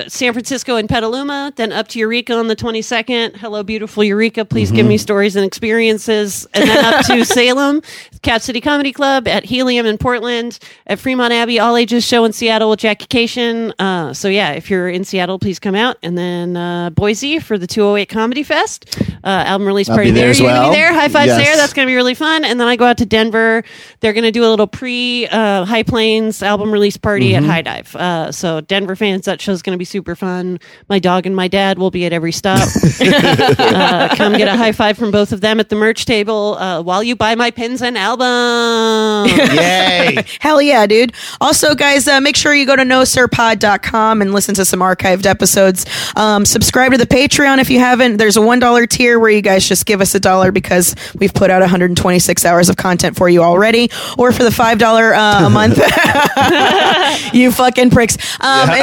San Francisco, and Petaluma, then up to Eureka on the 22nd. Hello, beautiful Eureka. Please give me Mm-hmm. stories and experiences. And then up to Salem, Cap City Comedy Club, at Helium in Portland, at Fremont Abbey, All Ages Show in Seattle with Jackie Cation. Uh, so, yeah, if you're in Seattle, please come out. And then uh, Boise for the 208 Comedy Fest, uh, album release I'll party be there there. as You're well. going to be there. High fives Yes. there. That's going to be really fun. And then I go out to Denver. They're going to do a little pre uh, High Plains album release party at High Dive. Uh, so Denver plans. That show's going to be super fun. My dog and my dad will be at every stop. uh, come get a high five from both of them at the merch table uh, while you buy my pins and album. Yay! Hell yeah, dude. Also, guys, uh, make sure you go to nosirpod.com and listen to some archived episodes. Um, subscribe to the Patreon if you haven't. There's a $1 tier where you guys just give us a dollar because we've put out 126 hours of content for you already. Or for the $5 uh, a month. you fucking pricks. Um, and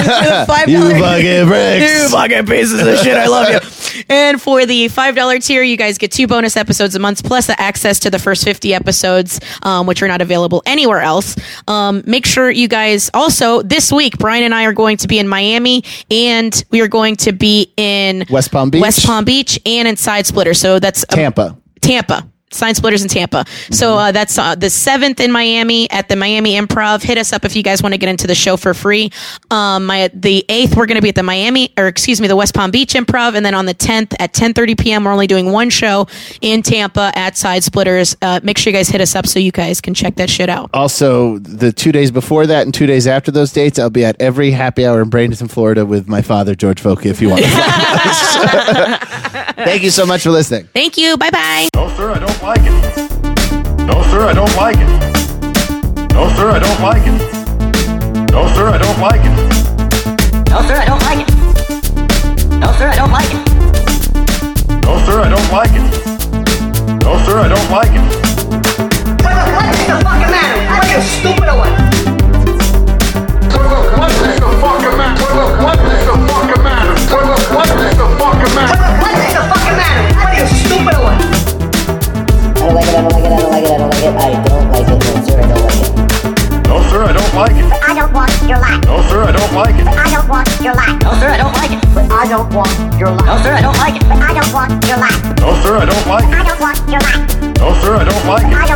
for the $5 You fucking bricks. You fucking pieces of shit. I love you. And for the $5 tier, you guys get two bonus episodes a month, plus the access to the first 50 episodes, um, which are not available anywhere else. Um, make sure you guys also, this week, Brian and I are going to be in Miami and we are going to be in West Palm Beach. West Palm Beach and in Side Splitter. So that's Tampa. Tampa. Sign splitters in Tampa. So uh, that's uh, the seventh in Miami at the Miami Improv. Hit us up if you guys want to get into the show for free. Um, my, the eighth, we're going to be at the Miami, or excuse me, the West Palm Beach Improv, and then on the tenth at ten thirty p.m. We're only doing one show in Tampa at Side Splitters. Uh, make sure you guys hit us up so you guys can check that shit Oh. out. Also, the two days before that and two days after those dates, I'll be at every happy hour in Bradenton, Florida with my father, George Folke, if you want to. follow us. Thank you so much for listening. Thank you. Bye bye. No, sir, I don't like it. No, sir, I don't like it. No, sir, I don't like it. No, sir, I don't like it. No, sir, I don't like it. No, sir, I don't like it. No, sir, I don't like it. No, sir, I don't like it. What, what's the fucking matter? What are you stupid or what? What is the fucking matter? What is the fucking matter? What is the fucking matter? What, what's the fucking matter? What are you stupid or what? I don't like it, I don't like it, I don't like it, I don't like it, I don't like it, no sir, I don't like it. No, sir, I don't like it. I don't want your life. No, sir, I don't like it. I don't want your life. No, sir, I don't like it. But I don't want your life. No, sir, No, sir, I don't like it. But I don't want your life. I don't like it. I don't want your life. No, sir, I don't like it. I don't